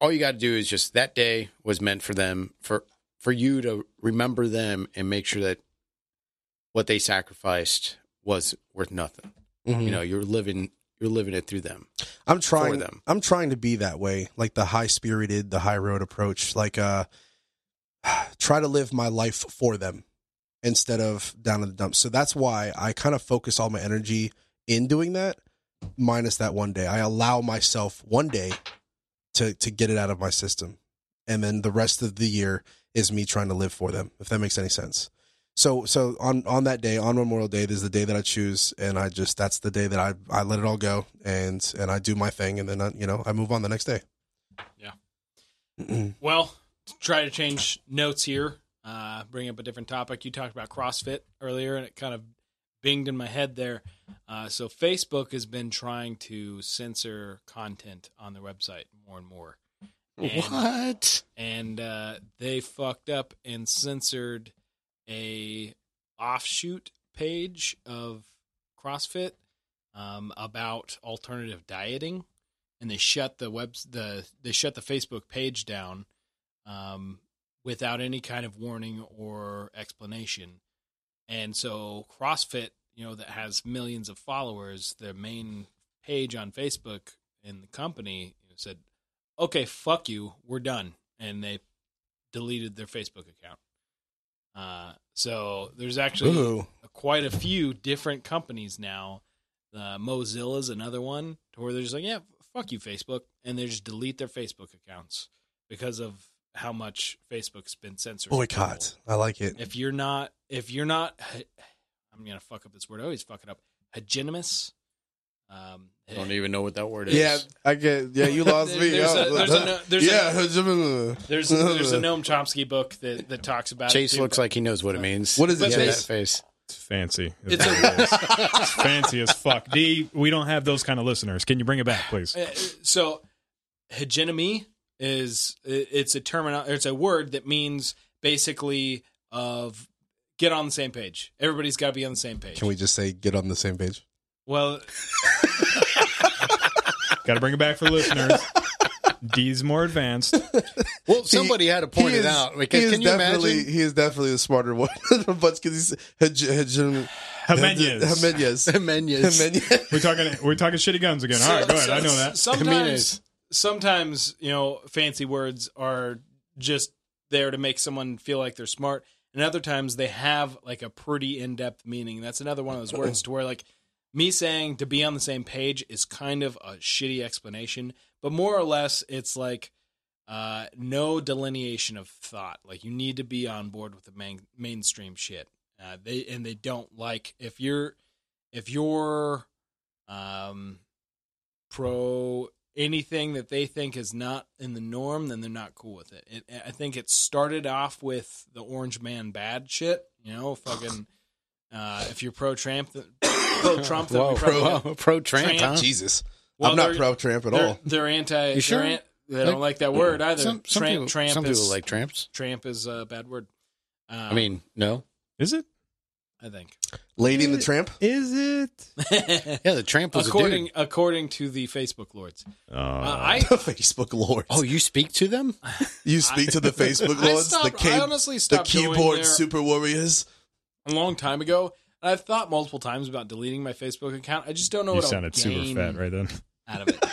Speaker 6: all you got to do is just that day was meant for them for for you to remember them and make sure that what they sacrificed was worth nothing.
Speaker 2: Mhm.
Speaker 6: You know, you're living you're living it through them.
Speaker 2: I'm trying.
Speaker 6: them.
Speaker 2: I'm trying to be that way, like the high spirited, the high road approach. Like, uh, try to live my life for them instead of down in the dumps. So that's why I kind of focus all my energy in doing that, minus that one day. I allow myself one day to to get it out of my system, and then the rest of the year is me trying to live for them. If that makes any sense. So so on on that day on Memorial Day, there's the day that I choose, and I just that's the day that I I let it all go, and and I do my thing, and then I, you know I move on the next day.
Speaker 1: Well, try to change notes here. Uh, bring up a different topic. You talked about CrossFit earlier, and it kind of binged in my head there. Uh, so Facebook has been trying to censor content on their website more and more, And-
Speaker 6: What?
Speaker 1: and uh, they fucked up and censored a offshoot page of CrossFit um, about alternative dieting, and they shut the web the they shut the Facebook page down um, without any kind of warning or explanation. And so CrossFit, you know, that has millions of followers, their main page on Facebook in the company said, "Okay, fuck you, we're done," and they deleted their Facebook account. Uh, so there's actually
Speaker 2: Ooh,
Speaker 1: quite a few different companies now. Uh, Mozilla's another one to where they're just like, yeah, fuck you, Facebook, and they just delete their Facebook accounts because of how much Facebook's been censoring.
Speaker 2: boycott. I like it.
Speaker 1: If you're not, if you're not, I'm gonna fuck up this word. I always fuck it up. Hegemonious. Um,
Speaker 6: I don't even know what that word is.
Speaker 2: Yeah, I get. Yeah, you lost me.
Speaker 1: There's
Speaker 2: Yeah.
Speaker 1: a- there's a- there's
Speaker 2: yeah.
Speaker 1: there's there's a Noam Chomsky book that that talks about
Speaker 6: Chase
Speaker 1: it too,
Speaker 6: looks
Speaker 1: but-
Speaker 6: like he knows what it means.
Speaker 2: What is
Speaker 6: He
Speaker 1: it,
Speaker 6: has that
Speaker 2: Chase?
Speaker 6: face?
Speaker 5: It's fancy. is
Speaker 1: It's
Speaker 5: what it is. It's fancy as fuck. D, we don't have those kind of listeners. Can you bring it back, please?
Speaker 1: Uh, so hegemony is it- it's a term it's a word that means basically of get on the same page everybody's got to be on the same page
Speaker 2: Can we just say get on the same page?
Speaker 1: well
Speaker 5: Got to bring it back for listeners. D's more advanced.
Speaker 6: Well, somebody had to point
Speaker 2: He
Speaker 6: it
Speaker 2: is-
Speaker 6: out because
Speaker 2: he is
Speaker 6: can you
Speaker 2: definitely,
Speaker 6: imagine?
Speaker 2: He is definitely the smarter one of the bunch because he's Jimenez.
Speaker 5: Jimenez.
Speaker 2: Jimenez.
Speaker 6: Menus.
Speaker 2: Jimenez.
Speaker 5: We're talking. We're talking shitty guns again. All right, go ahead. I know that.
Speaker 1: sometimes
Speaker 6: Jimenez.
Speaker 1: sometimes you know fancy words are just there to make someone feel like they're smart and other times they have like a pretty in-depth meaning that's another one of those words to where like me saying to be on the same page is kind of a shitty explanation but more or less it's like uh, no delineation of thought. Like you need to be on board with the main mainstream shit. Uh, they and they don't like if you're if you're um, pro anything that they think is not in the norm, then they're not cool with it. it I think it started off with the orange man bad shit. You know, fucking. Uh, if you're pro Trump, pro Trump, then
Speaker 6: Whoa,
Speaker 1: we probably
Speaker 6: pro, pro tramp,
Speaker 1: Tramp.
Speaker 6: huh?
Speaker 2: Jesus.
Speaker 1: Well,
Speaker 2: I'm not
Speaker 1: they're-
Speaker 2: pro Trump at
Speaker 1: they're,
Speaker 2: all.
Speaker 1: they're anti.
Speaker 6: You sure?
Speaker 1: They're an- they don't like that word either.
Speaker 6: Some, some
Speaker 1: tramp,
Speaker 6: people,
Speaker 1: tramp
Speaker 6: some
Speaker 1: is
Speaker 6: people like tramps.
Speaker 1: tramp is a bad word. Um,
Speaker 6: I mean, no.
Speaker 5: Is it?
Speaker 1: I think
Speaker 2: Lady and the Tramp.
Speaker 5: Is it?
Speaker 6: Yeah, the tramp was a
Speaker 1: according
Speaker 6: dude.
Speaker 1: according to the Facebook lords,
Speaker 5: Oh,
Speaker 1: uh, I
Speaker 2: Facebook lords.
Speaker 6: Oh, you speak to them?
Speaker 2: you speak to the Facebook
Speaker 1: I,
Speaker 2: lords, the,
Speaker 1: stopped, I
Speaker 2: key-
Speaker 1: honestly
Speaker 2: the
Speaker 1: stopped going
Speaker 2: keyboard
Speaker 1: there
Speaker 2: super warriors.
Speaker 1: a long time ago. And I've thought multiple times about deleting my Facebook account. I just don't know
Speaker 5: you
Speaker 1: what
Speaker 5: sounded
Speaker 1: I'll
Speaker 5: super
Speaker 1: gain
Speaker 5: fat right then.
Speaker 1: out of it.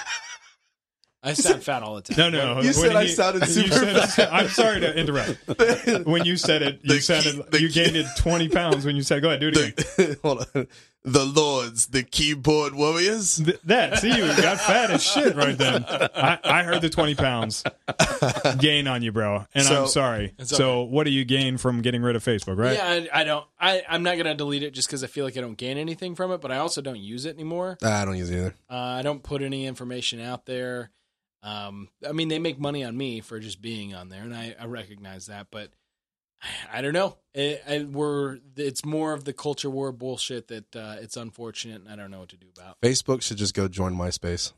Speaker 1: I sound fat all the time.
Speaker 5: No, no.
Speaker 2: You
Speaker 5: when
Speaker 2: said I
Speaker 5: he-
Speaker 2: sounded
Speaker 5: you
Speaker 2: super
Speaker 5: said- I'm sorry to interrupt. When you said it, you
Speaker 2: The key-
Speaker 5: sounded.
Speaker 2: the
Speaker 5: you
Speaker 2: key-
Speaker 5: gained it 20 pounds when you said. Go ahead, do it again.
Speaker 2: The, hold on. The lords, the keyboard warriors.
Speaker 5: Th- that see you got fat as shit right then. I, I heard the twenty pounds gain on you, bro, and
Speaker 2: So-
Speaker 5: I'm sorry. So what do you gain from getting rid of Facebook? Right?
Speaker 1: Yeah, I, I don't. I, I'm not gonna delete it just because I feel like I don't gain anything from it. But I also don't use it anymore.
Speaker 2: Ah, I don't use it either.
Speaker 1: Uh, I don't put any information out there. Um, I mean, they make money on me for just being on there, and I, I recognize that. But I don't know. It, I, we're it's more of the culture war bullshit that uh, it's unfortunate, and I don't know what to do about.
Speaker 2: Facebook should just go join MySpace.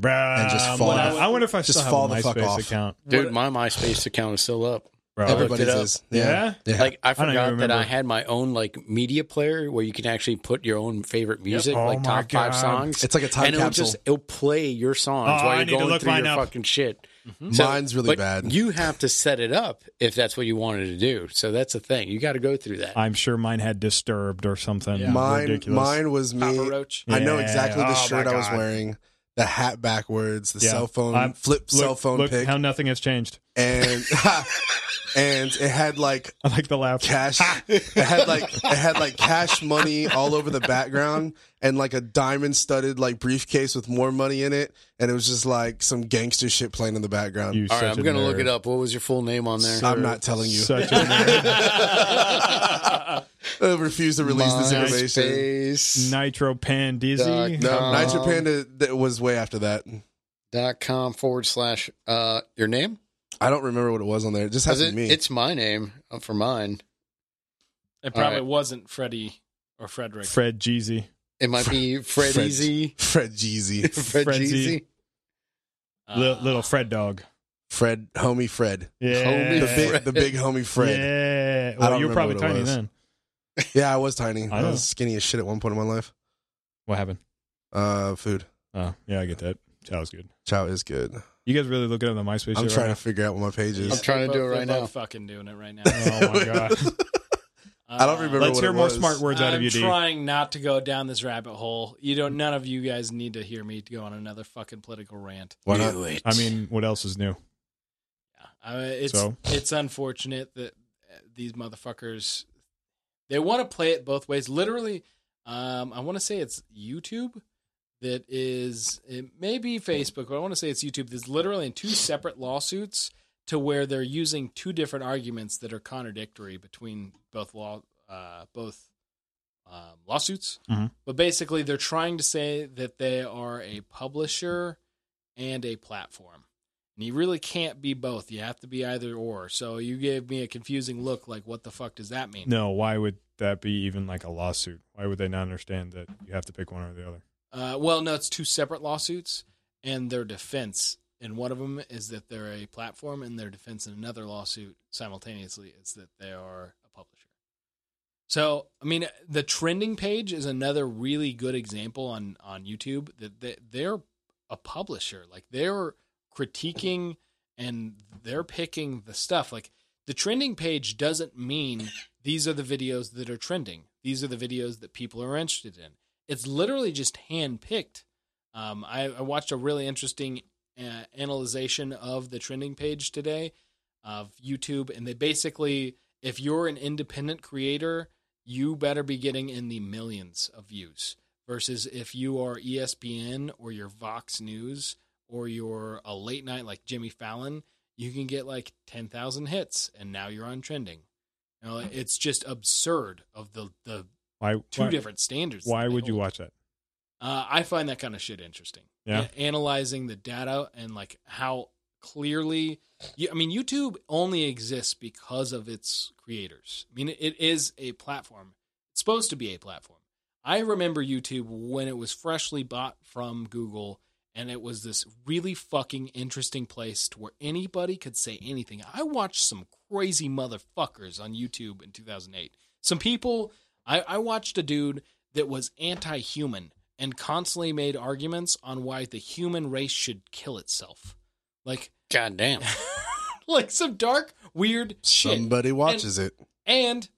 Speaker 5: Bruh,
Speaker 2: And just fall
Speaker 5: I,
Speaker 1: off.
Speaker 5: I wonder if I
Speaker 2: Just
Speaker 5: still have
Speaker 2: fall
Speaker 5: a
Speaker 2: the fuck
Speaker 5: MySpace
Speaker 2: off.
Speaker 5: account.
Speaker 6: Dude, my MySpace account is still up.
Speaker 5: Bro,
Speaker 6: Everybody-
Speaker 2: Everybody's is.
Speaker 6: up.
Speaker 2: Yeah.
Speaker 5: yeah?
Speaker 2: Yeah.
Speaker 6: Like I
Speaker 5: don't
Speaker 6: forgot
Speaker 5: even
Speaker 6: that I
Speaker 5: remember.
Speaker 6: had my own like media player where you can actually put your own favorite music,
Speaker 5: Oh
Speaker 6: like
Speaker 5: my
Speaker 6: top
Speaker 5: God.
Speaker 6: five songs.
Speaker 2: it's like a time
Speaker 6: and it'll
Speaker 2: capsule.
Speaker 6: just it'll play your songs
Speaker 5: Oh,
Speaker 6: while
Speaker 5: I
Speaker 6: you're
Speaker 5: need to
Speaker 6: going
Speaker 5: look
Speaker 6: through
Speaker 5: mine
Speaker 6: your
Speaker 5: up. Hmm.
Speaker 6: fucking shit.
Speaker 2: Mine's really
Speaker 6: but
Speaker 2: bad.
Speaker 6: You have to set it up if that's what you wanted to do. So that's the thing. You got to go through that.
Speaker 5: I'm sure mine had disturbed or something.
Speaker 2: mine,
Speaker 5: ridiculous.
Speaker 2: mine was me.
Speaker 1: Papa Roach.
Speaker 2: I know
Speaker 5: Yeah.
Speaker 2: exactly the
Speaker 5: Oh, my
Speaker 2: shirt I was
Speaker 5: God.
Speaker 2: wearing, the hat backwards, the
Speaker 5: Yeah.
Speaker 2: cell phone
Speaker 5: I'm-
Speaker 2: flip
Speaker 5: Look-
Speaker 2: cell phone
Speaker 5: look
Speaker 2: pic,
Speaker 5: how nothing has changed.
Speaker 2: and and it had like
Speaker 5: I like the laugh.
Speaker 2: cash. it had like it had like cash money all over the background, and like a diamond studded like briefcase with more money in it, and it was just like some gangster shit playing in the background.
Speaker 5: You
Speaker 6: All right,
Speaker 5: such
Speaker 6: I'm
Speaker 5: a
Speaker 6: gonna
Speaker 5: nerd.
Speaker 6: look it up. What was your full name on there?
Speaker 2: I'm not telling you.
Speaker 5: Such a nerd.
Speaker 2: I refuse to release this information.
Speaker 6: MySpace
Speaker 5: Nitro Pandizzy.
Speaker 2: No,
Speaker 6: Um,
Speaker 2: Nitro Panda that was way after that.
Speaker 6: dot com forward slash uh your name.
Speaker 2: I don't remember what it was on there. It just has
Speaker 6: 'Cause
Speaker 2: to be
Speaker 6: it-
Speaker 2: me.
Speaker 6: It's my name uh, for mine.
Speaker 1: It probably
Speaker 6: right.
Speaker 1: wasn't Freddie or Frederick.
Speaker 5: Fred Jeezy.
Speaker 6: It might be Fred
Speaker 2: Fred-
Speaker 6: Easy.
Speaker 2: Fred Jeezy.
Speaker 6: Fred
Speaker 5: Fred Z.
Speaker 6: Jeezy.
Speaker 1: Uh,
Speaker 5: Li- little Fred dog.
Speaker 2: Fred, homie Fred.
Speaker 5: Yeah.
Speaker 2: The
Speaker 6: Fred.
Speaker 2: big, the big homie Fred.
Speaker 5: Yeah.
Speaker 2: I
Speaker 5: Well,
Speaker 2: don't
Speaker 5: you were
Speaker 2: remember what
Speaker 5: probably
Speaker 2: it
Speaker 5: tiny
Speaker 2: was.
Speaker 5: then.
Speaker 2: Yeah, I was tiny.
Speaker 5: I
Speaker 2: I,
Speaker 5: know.
Speaker 2: was skinny as shit at one point in my life.
Speaker 5: What happened?
Speaker 2: Uh, food.
Speaker 5: Oh, yeah, I get that. That was good.
Speaker 2: Chow is good.
Speaker 5: You guys really looking at the MySpace
Speaker 2: I'm
Speaker 5: shit
Speaker 2: trying to
Speaker 5: right
Speaker 2: figure out what my page
Speaker 1: yeah,
Speaker 2: is.
Speaker 6: I'm trying to
Speaker 1: they're
Speaker 6: do it right
Speaker 1: both- they're
Speaker 6: now.
Speaker 1: both Fucking doing it right now. Uh,
Speaker 5: now? Oh, my God.
Speaker 2: I don't remember
Speaker 5: Let's
Speaker 2: what
Speaker 5: hear
Speaker 2: it
Speaker 5: more
Speaker 2: was.
Speaker 5: smart words out of
Speaker 1: I'm
Speaker 5: you, D.
Speaker 1: trying not to go down this rabbit hole. You don't. None of you guys need to hear me go on another fucking political rant.
Speaker 2: Why not?
Speaker 6: it.
Speaker 5: I mean, what else is new?
Speaker 1: Uh, it's
Speaker 5: So?
Speaker 1: it's unfortunate that uh, these motherfuckers they want to play it both ways. Literally, um, I want to say it's YouTube that is it may be Facebook, but I want to say it's YouTube. That's literally in two separate lawsuits to where they're using two different arguments that are contradictory between both law uh, both um, lawsuits.
Speaker 5: Mhm.
Speaker 1: But basically, they're trying to say that they are a publisher and a platform. And you really can't be both. You have to be either or. So you gave me a confusing look like, what the fuck does that mean?
Speaker 5: No, why would that be even like a lawsuit? Why would they not understand that you have to pick one or the other?
Speaker 1: Uh, well, no, it's two separate lawsuits and their defense. And one of them is that they're a platform, and their defense in another lawsuit simultaneously is that they are a publisher. So, I mean, the trending page is another really good example on on YouTube that they, they're a publisher. Like they're critiquing and they're picking the stuff. Like the trending page doesn't mean these are the videos that are trending. These are the videos that people are interested in it's literally just handpicked. Um, I, I watched a really interesting uh, analyzation of the trending page today of YouTube, and they basically, if you're an independent creator, you better be getting in the millions of views versus if you are E ESPN or your Vox News or you're a late night like Jimmy Fallon, you can get like 10,000 hits and now you're on trending. You know, it's just absurd of the, the
Speaker 5: Why?
Speaker 1: two
Speaker 5: why,
Speaker 1: different standards. that
Speaker 5: Why
Speaker 1: they
Speaker 5: would you
Speaker 1: hold.
Speaker 5: watch that?
Speaker 1: Uh, I find that kind of shit interesting.
Speaker 5: Yeah.
Speaker 1: A- analyzing the data and like how clearly, you, I mean, YouTube only exists because of its creators. I mean, it, it is a platform. It's supposed to be a platform. I remember YouTube when it was freshly bought from Google, and it was this really fucking interesting place to where anybody could say anything. I watched some crazy motherfuckers on YouTube in 2008. Some people, I, I watched a dude that was anti human and constantly made arguments on why the human race should kill itself. Like,
Speaker 6: God damn.
Speaker 1: like some dark, weird shit.
Speaker 2: Somebody watches it.
Speaker 1: and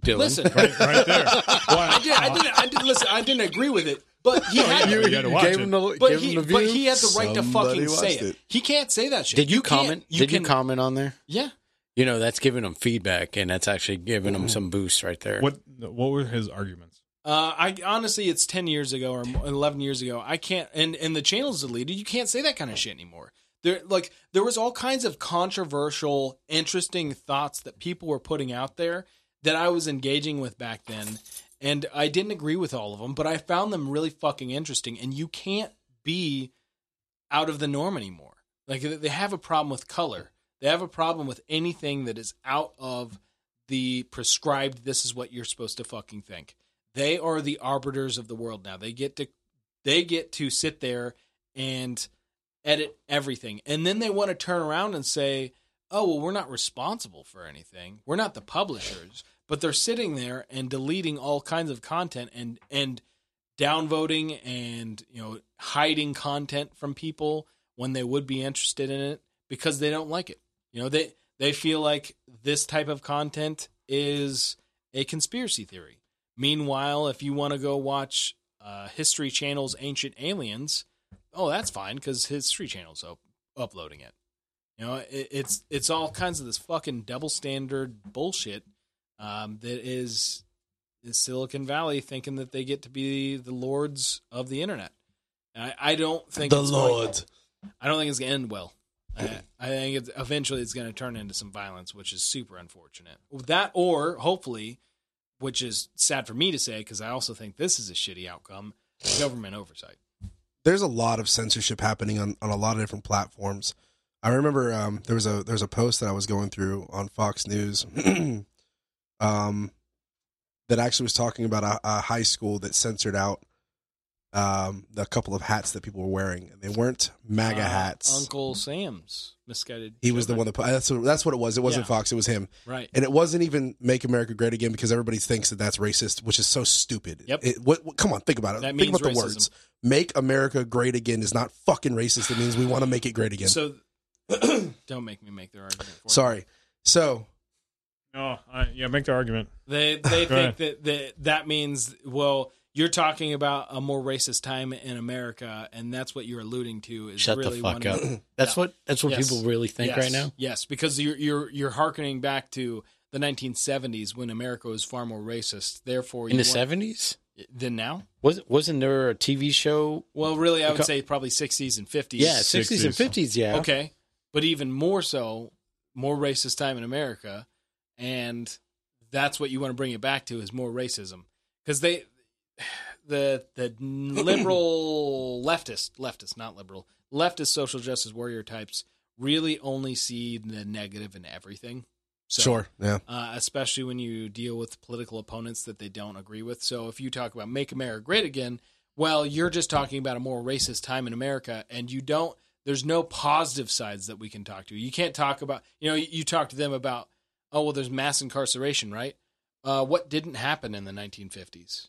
Speaker 6: Dylan.
Speaker 1: listen,
Speaker 5: Right, right there. Why?
Speaker 1: I did, I didn't, I didn't listen. I didn't agree with it, but he had,
Speaker 5: Oh, you- gotta watch
Speaker 6: gave
Speaker 5: it.
Speaker 6: him the,
Speaker 1: but
Speaker 6: gave
Speaker 1: he,
Speaker 6: him the view.
Speaker 1: but he had the right to
Speaker 2: Somebody
Speaker 1: fucking say
Speaker 2: watched
Speaker 1: it.
Speaker 2: it.
Speaker 1: He can't say that shit.
Speaker 6: Did you,
Speaker 1: can't-
Speaker 6: comment? Did you
Speaker 1: can-
Speaker 6: comment on there?
Speaker 1: Yeah,
Speaker 6: You know, that's giving them feedback, and that's actually giving them some boost right there.
Speaker 5: What? What were his arguments?
Speaker 1: uh, I honestly, it's ten years ago or mo- eleven years ago. I can't, and and the channel's deleted. You can't say that kind of shit anymore. There, like, there was all kinds of controversial, interesting thoughts that people were putting out there that I was engaging with back then, and I didn't agree with all of them, but I found them really fucking interesting. And you can't be out of the norm anymore. Like they have a problem with color. They have a problem with anything that is out of the prescribed this is what you're supposed to fucking think. They are the arbiters of the world now. They get to they get to sit there and edit everything. And then they want to turn around and say, "Oh, well, we're not responsible for anything. We're not the publishers." But they're sitting there and deleting all kinds of content and and downvoting and, you know, hiding content from people when they would be interested in it because they don't like it. You know, they they feel like this type of content is a conspiracy theory. Meanwhile, if you want to go watch uh, History Channel's Ancient Aliens, oh, that's fine because History Channel's up- uploading it. You know, it, it's it's all kinds of this fucking double standard bullshit um, that is, is Silicon Valley thinking that they get to be the lords of the internet. And I, I don't think
Speaker 2: The
Speaker 1: it's going-
Speaker 2: Lord.
Speaker 1: I don't think it's gonna end well. I, I think it's, eventually it's gonna turn into some violence, which is super unfortunate. That or hopefully, which is sad for me to say because I also think this is a shitty outcome. Government oversight.
Speaker 2: there's a lot of censorship happening on, on a lot of different platforms. I remember um, there was a there's a post that I was going through on Fox News, um, that actually was talking about a, a high school that censored out um, the couple of hats that people were wearing, and they weren't MAGA
Speaker 1: Uh,
Speaker 2: hats.
Speaker 1: Uncle Sam's misguided.
Speaker 2: he was the one
Speaker 1: children.
Speaker 2: that put, that's what, that's what it was. It wasn't
Speaker 1: Yeah.
Speaker 2: Fox. It was him,
Speaker 1: right.
Speaker 2: and it wasn't even "Make America Great Again" because everybody thinks that that's racist, which is so stupid.
Speaker 1: Yep.
Speaker 2: It, what, what- come on, think about it.
Speaker 1: That
Speaker 2: think
Speaker 1: means
Speaker 2: about the
Speaker 1: racism.
Speaker 2: words make America great again is not fucking racist. It means we want to make it great again.
Speaker 1: So don't make me make their argument. For you.
Speaker 2: Sorry. So
Speaker 5: No, I, yeah, make the argument.
Speaker 1: They they
Speaker 5: Go ahead.
Speaker 1: think that, that that means well you're talking about a more racist time in America and that's what you're alluding to is
Speaker 6: Shut
Speaker 1: really
Speaker 6: the fuck
Speaker 1: one
Speaker 6: up.
Speaker 1: of-
Speaker 6: That's
Speaker 1: Yeah.
Speaker 6: what that's what
Speaker 1: Yes.
Speaker 6: people really think
Speaker 1: yes,
Speaker 6: right now.
Speaker 1: Yes, because you're you're you're hearkening back to the 1970s when America was far more racist. Therefore,
Speaker 6: In
Speaker 1: you
Speaker 6: the
Speaker 1: want-
Speaker 6: seventies,
Speaker 1: than now.
Speaker 6: was wasn't there a TV show?
Speaker 1: Well, really, I would
Speaker 6: Because-
Speaker 1: say probably 60s and 50s.
Speaker 6: Yeah, sixties and
Speaker 5: 60s.
Speaker 6: fifties. Yeah,
Speaker 1: Okay. But even more so, more racist time in America. And that's what you want to bring it back to is more racism. Because they, the, the liberal leftist, leftist, not liberal, leftist social justice warrior types really only see the negative in everything. So,
Speaker 2: sure. Yeah.
Speaker 1: Uh, especially when you deal with political opponents that they don't agree with. So if you talk about make America great again, well, you're just talking about a more racist time in America, and you don't. There's no positive sides that we can talk to. You can't talk about. You know, you, you talk to them about, oh well, there's mass incarceration, right? Uh, what didn't happen in the 1950s?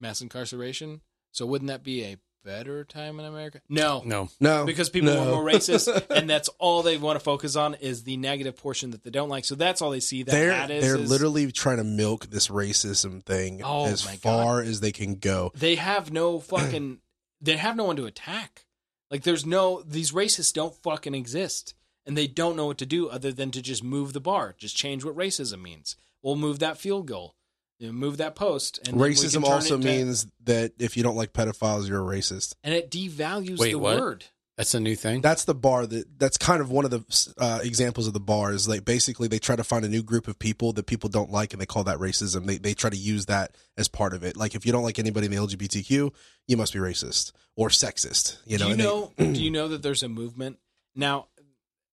Speaker 1: Mass incarceration. So wouldn't that be a better time in America? No,
Speaker 6: no,
Speaker 2: No.
Speaker 1: because people
Speaker 2: Oh. No.
Speaker 1: are more racist, and that's all they want to focus on is the negative portion that they don't like. So that's all they see. That
Speaker 2: they're
Speaker 1: that is-
Speaker 2: they're
Speaker 1: is-
Speaker 2: literally trying to milk this racism thing
Speaker 1: Oh,
Speaker 2: as
Speaker 1: my God.
Speaker 2: far as they can go.
Speaker 1: they have no fucking they have no one to attack. Like there's no these racists don't fucking exist, and they don't know what to do other than to just move the bar, just change what racism means. We'll move that field goal, you know, move that post, and then we can
Speaker 2: racism
Speaker 1: turn
Speaker 2: also
Speaker 1: it to-
Speaker 2: means that if you don't like pedophiles, you're a racist.
Speaker 1: and it devalues
Speaker 6: Wait,
Speaker 1: the
Speaker 6: what?
Speaker 1: word.
Speaker 6: that's a new thing.
Speaker 2: That's the bar that that's kind of one of the uh, examples of the bar is like basically they try to find a new group of people that people don't like and they call that racism. They they try to use that as part of it. Like if you don't like anybody in the LGBTQ, you must be racist or sexist. You know,
Speaker 1: do you
Speaker 2: and they-
Speaker 1: know? do you know that there's a movement now,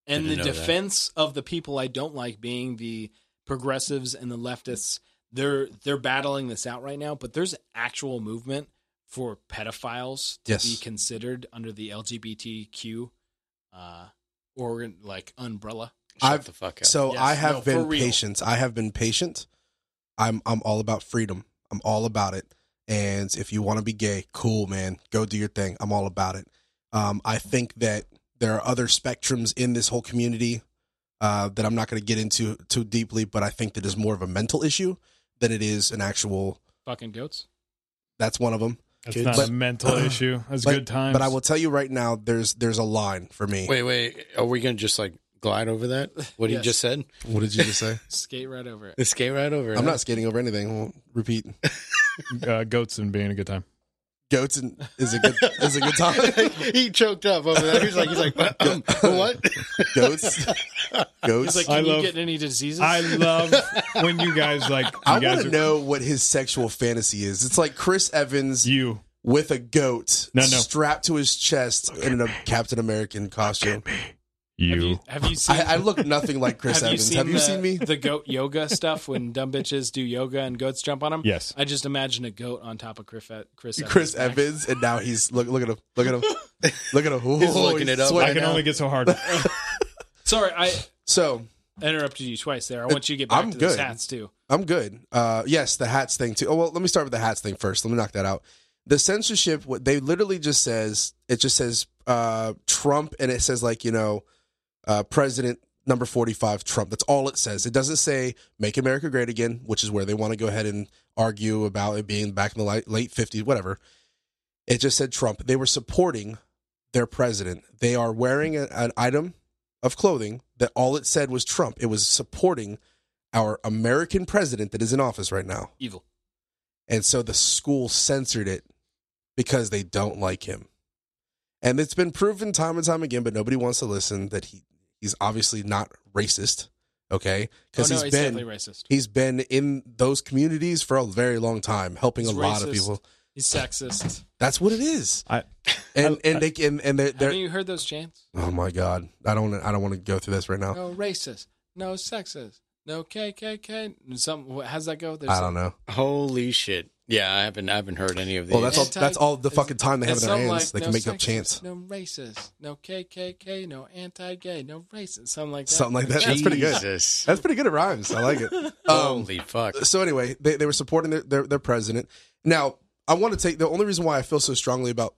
Speaker 1: and the
Speaker 6: Didn't know that.
Speaker 1: defense of the people I don't like being the progressives and the leftists. They're they're battling this out right now, but there's actual movement for pedophiles to
Speaker 2: Yes.
Speaker 1: be considered under the LGBTQ uh, or like umbrella.
Speaker 6: Shut
Speaker 2: I've-
Speaker 6: the fuck up.
Speaker 2: So
Speaker 1: Yes,
Speaker 2: I have
Speaker 1: no, for
Speaker 2: been
Speaker 1: real.
Speaker 2: patient. I have been patient. I'm I'm all about freedom. I'm all about it. And if you want to be gay, cool, man. Go do your thing. I'm all about it. Um, I think that there are other spectrums in this whole community uh, that I'm not going to get into too deeply, but I think that is more of a mental issue than it is an actual.
Speaker 1: Fucking goats.
Speaker 2: That's one of them.
Speaker 5: That's
Speaker 6: Kids.
Speaker 5: not
Speaker 2: But-
Speaker 5: a mental issue. That's
Speaker 2: but-
Speaker 5: good times.
Speaker 2: But I will tell you right now, there's there's a line for me.
Speaker 6: wait, wait. Are we gonna just like glide over that? What
Speaker 1: Yes.
Speaker 6: he just said?
Speaker 2: What did you just say?
Speaker 1: Skate right over it.
Speaker 6: Let's skate right over.
Speaker 2: I'm
Speaker 6: huh?
Speaker 2: not skating over anything. We'll repeat.
Speaker 5: uh, goats and being a good time.
Speaker 2: Goats and is a good is a good time.
Speaker 6: he choked up over there. He's like, he's like, um, what?
Speaker 2: goats. Goats.
Speaker 1: He's like,
Speaker 5: I
Speaker 1: can you
Speaker 5: love-
Speaker 1: get any diseases?
Speaker 5: I love when you guys like. You
Speaker 2: I want
Speaker 5: guys
Speaker 2: to
Speaker 5: are-
Speaker 2: know what his sexual fantasy is. It's like Chris Evans
Speaker 5: you.
Speaker 2: with a goat
Speaker 5: No, no.
Speaker 2: strapped to his chest in a Captain American costume.
Speaker 1: Have
Speaker 5: You.
Speaker 1: you, have you seen?
Speaker 2: I, I look nothing like Chris
Speaker 1: have you
Speaker 2: Evans.
Speaker 1: seen
Speaker 2: have you
Speaker 1: the-
Speaker 2: seen me?
Speaker 1: The goat yoga stuff when dumb bitches do yoga and goats jump on them.
Speaker 5: Yes.
Speaker 1: I just imagine a goat on top of Chris. E, Chris. Evans
Speaker 2: Chris
Speaker 1: back.
Speaker 2: Evans, and now he's look look at him, look at him, look at him. Ooh,
Speaker 6: He's looking it up.
Speaker 5: I
Speaker 2: sweating.
Speaker 5: can only get so hard.
Speaker 1: Sorry, I
Speaker 2: So
Speaker 1: interrupted you twice there. I want you to get back
Speaker 2: I'm
Speaker 1: to the
Speaker 2: good.
Speaker 1: stats too.
Speaker 2: I'm good. Uh, yes, the hats thing too. Oh well, let me start with the hats thing first. Let me knock that out. The censorship, what they literally just says, it just says uh, Trump, and it says like you know, uh, President number forty five Trump. That's all it says. It doesn't say "Make America Great Again," which is where they want to go ahead and argue about it being back in the li- late fifties, whatever. It just said Trump. They were supporting their president. They are wearing a, an item of clothing that all it said was Trump. It was supporting our American president that is in office right now.
Speaker 1: Evil.
Speaker 2: And so the school censored it because they don't like him. And it's been proven time and time again, but nobody wants to listen that he, he's obviously not racist. Okay.
Speaker 1: Oh
Speaker 2: Because
Speaker 1: no,
Speaker 2: he's
Speaker 1: he's
Speaker 2: been
Speaker 1: definitely racist.
Speaker 2: he's been in those communities for a very long time, helping
Speaker 1: He's
Speaker 2: a lot of
Speaker 1: racist.
Speaker 2: people.
Speaker 1: He's sexist.
Speaker 2: That's what it is.
Speaker 5: I-
Speaker 2: and and they and, and they're,
Speaker 1: Have
Speaker 2: they're
Speaker 1: you heard those chants?
Speaker 2: oh my god. I don't I don't want to go through this right now.
Speaker 1: No racist. No sexist. No KKK. Some. what- How's that go? There's
Speaker 2: I don't know.
Speaker 6: Holy shit! Yeah, I haven't I haven't heard any of these.
Speaker 2: Well, that's all.
Speaker 1: Anti-
Speaker 2: That's all the
Speaker 1: is-
Speaker 2: fucking time they have in
Speaker 1: And
Speaker 2: their
Speaker 1: some,
Speaker 2: hands.
Speaker 1: like,
Speaker 2: they can
Speaker 1: no
Speaker 2: make up
Speaker 1: sexist,
Speaker 2: chance.
Speaker 1: No racist. No KKK. No anti-gay. No racist. Something like that.
Speaker 2: Something like that. That's pretty good.
Speaker 6: Jesus.
Speaker 2: That's pretty good. It rhymes. I like it. Um,
Speaker 6: Holy fuck!
Speaker 2: so anyway, they, they were supporting their, their their president. Now, I want to take the only reason why I feel so strongly about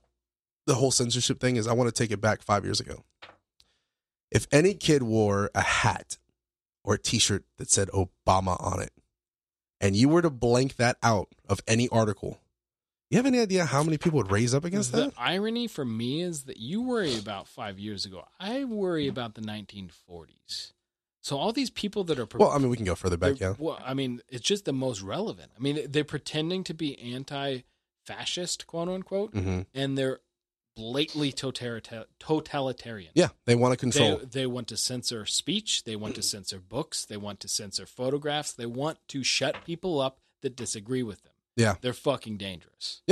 Speaker 2: the whole censorship thing is I want to take it back five years ago. If any kid wore a hat or a T-shirt that said Obama on it, and you were to blank that out of any article, you have any idea how many people would raise up against
Speaker 1: the
Speaker 2: that?
Speaker 1: irony for me is that you worry about five years ago. I worry about the 1940s. So all these people that are
Speaker 2: Well, I mean, we can go further back.
Speaker 1: they're-
Speaker 2: Yeah.
Speaker 1: Well, I mean, it's just the most relevant. I mean, they're pretending to be anti-fascist, quote unquote,
Speaker 2: Mm-hmm.
Speaker 1: and they're blatantly totalita- totalitarian.
Speaker 2: Yeah, they want to control.
Speaker 1: They, they want to censor speech. They
Speaker 2: Mm.
Speaker 1: want to censor books. They want to censor photographs. They want to shut people up that disagree with them.
Speaker 2: Yeah.
Speaker 1: They're fucking dangerous.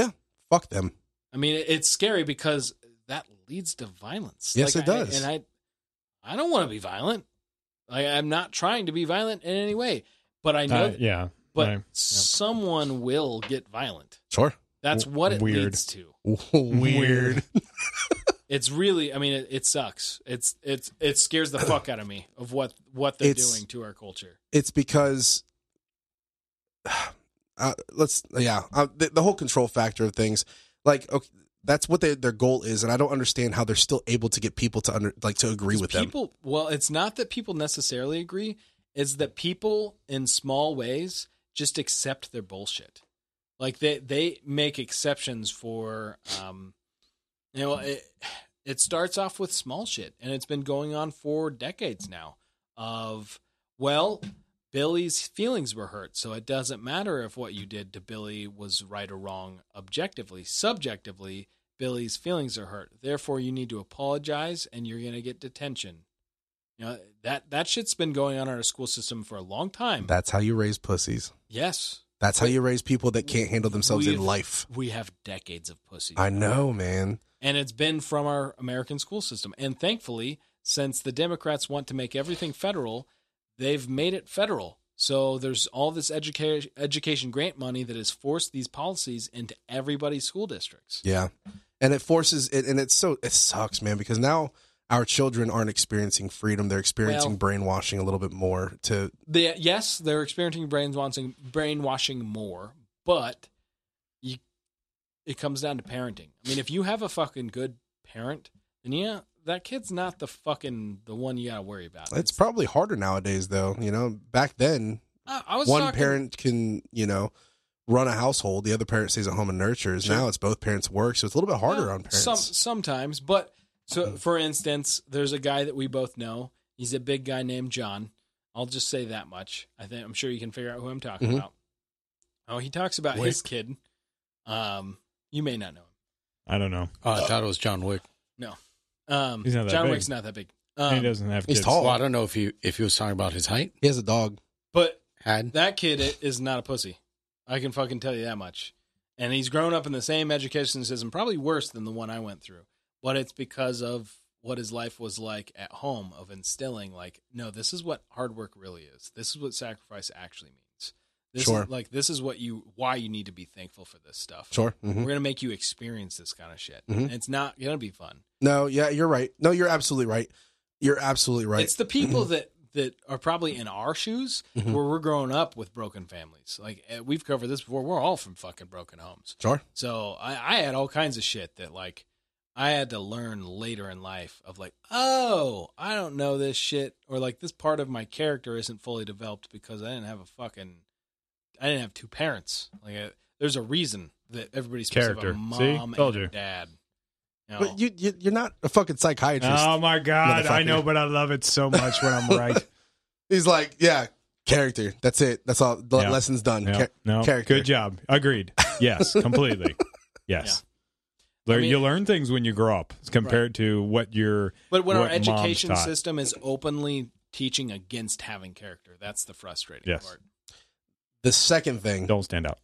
Speaker 2: Fuck them.
Speaker 1: I mean, it- it's scary because that leads to violence.
Speaker 2: Yes, it
Speaker 1: I-
Speaker 2: does.
Speaker 1: and I, I don't want to be violent. Like, I'm not trying to be violent in any way, but I know,
Speaker 5: Uh, yeah.
Speaker 1: but
Speaker 5: I- yeah.
Speaker 1: someone will get violent.
Speaker 2: Sure.
Speaker 1: That's
Speaker 5: W-
Speaker 1: what it
Speaker 5: weird.
Speaker 1: leads to.
Speaker 5: Weird.
Speaker 1: It's really, I mean, it, it sucks. It's it's it scares the fuck out of me of what what they're
Speaker 2: It's-
Speaker 1: doing to our culture.
Speaker 2: It's because uh, let's yeah uh, the, the whole control factor of things like okay that's what they, their goal is and i don't understand how they're still able to get people to under like to agree with them
Speaker 1: people, well, it's not that people necessarily agree. It's that people in small ways just accept their bullshit. Like they they make exceptions for, um, you know, it, it starts off with small shit, and it's been going on for decades now. Of well, Billy's feelings were hurt, so it doesn't matter if what you did to Billy was right or wrong objectively. Subjectively, Billy's feelings are hurt. Therefore, you need to apologize and you're going to get detention. You know, that that shit's been going on in our school system for a long time.
Speaker 2: that's how you raise pussies
Speaker 1: yes.
Speaker 2: that's how you raise people that can't handle themselves in
Speaker 1: We've-
Speaker 2: life
Speaker 1: We have decades of pussy.
Speaker 2: i know man
Speaker 1: And it's been from our American school system. And thankfully, since the Democrats want to make everything federal, they've made it federal. So there's all this education education grant money that has forced these policies into everybody's school districts.
Speaker 2: yeah and it forces it and it's so it sucks man because now our children aren't experiencing freedom they're experiencing
Speaker 1: Well-
Speaker 2: brainwashing a little bit more to
Speaker 1: they yes, they're experiencing brainwashing brainwashing more, but you, it comes down to parenting. I mean, if you have a fucking good parent, then yeah, that kid's not the fucking the one you got to worry about.
Speaker 2: it's probably harder nowadays though you know back then
Speaker 1: I, I was
Speaker 2: one
Speaker 1: talking-
Speaker 2: parent can you know run a household the other parent stays at home and nurtures
Speaker 1: Sure.
Speaker 2: now it's both parents work so it's a little bit harder
Speaker 1: Well,
Speaker 2: on parents
Speaker 1: Some, sometimes, but so for instance, there's a guy that we both know. He's a big guy named John. I'll just say that much. I think I'm sure you can figure out who I'm talking
Speaker 2: Mhm.
Speaker 1: about. Oh, he talks about
Speaker 6: Wait.
Speaker 1: his kid. Um, you may not know him.
Speaker 5: I don't know.
Speaker 6: Oh, I thought it was John Wick.
Speaker 1: Um,
Speaker 5: He's not that
Speaker 1: John
Speaker 5: big.
Speaker 1: Wick's not that big. Um,
Speaker 5: he doesn't have
Speaker 2: he's
Speaker 5: kids.
Speaker 2: tall.
Speaker 6: Well, I don't know if he if he was talking about his height.
Speaker 2: he has a dog
Speaker 1: But
Speaker 6: Had
Speaker 1: that kid i- is not a pussy. I can fucking tell you that much. And he's grown up in the same education system, probably worse than the one I went through. But it's because of what his life was like at home of instilling like no this is what hard work really is this is what sacrifice actually means this
Speaker 2: Sure.
Speaker 1: is like this is what you why you need to be thankful for this stuff
Speaker 2: Sure. Mhm.
Speaker 1: we're gonna make you experience this kind of shit
Speaker 2: Mhm.
Speaker 1: and it's not gonna be fun
Speaker 2: No, yeah, you're right. No, you're absolutely right. You're absolutely right.
Speaker 1: it's the people
Speaker 5: Mm-hmm.
Speaker 1: that that are probably in our shoes
Speaker 2: Mhm.
Speaker 1: where we're growing up with broken families like eh, we've covered this before we're all from fucking broken homes
Speaker 2: sure.
Speaker 1: So I, I had all kinds of shit that like I had to learn later in life of like, oh, I don't know this shit, or like this part of my character isn't fully developed because I didn't have a fucking, I didn't have two parents. Like, uh there's a reason that everybody's supposed to have a
Speaker 5: Character. See?
Speaker 1: mom
Speaker 5: Told
Speaker 1: and a
Speaker 5: you.
Speaker 1: dad. You know?
Speaker 2: But you, you you're not a fucking psychiatrist.
Speaker 5: Oh my god, I
Speaker 2: Motherfucker.
Speaker 5: know, but I love it so much when I'm right.
Speaker 2: He's like, yeah, character. That's it. That's all. The
Speaker 5: Yeah.
Speaker 2: Lessons done.
Speaker 5: No,
Speaker 2: Char-
Speaker 5: no.
Speaker 2: character.
Speaker 5: Good job. Agreed. Yes, completely. Yes.
Speaker 1: Yeah. I
Speaker 5: Learn-
Speaker 1: mean-
Speaker 5: you learn things when you grow up as compared to what you're.
Speaker 1: but when our
Speaker 5: what mom's
Speaker 1: education
Speaker 5: taught.
Speaker 1: system is openly teaching against having character, that's the frustrating
Speaker 5: Yes.
Speaker 1: part.
Speaker 2: The second thing.
Speaker 5: Don't stand out.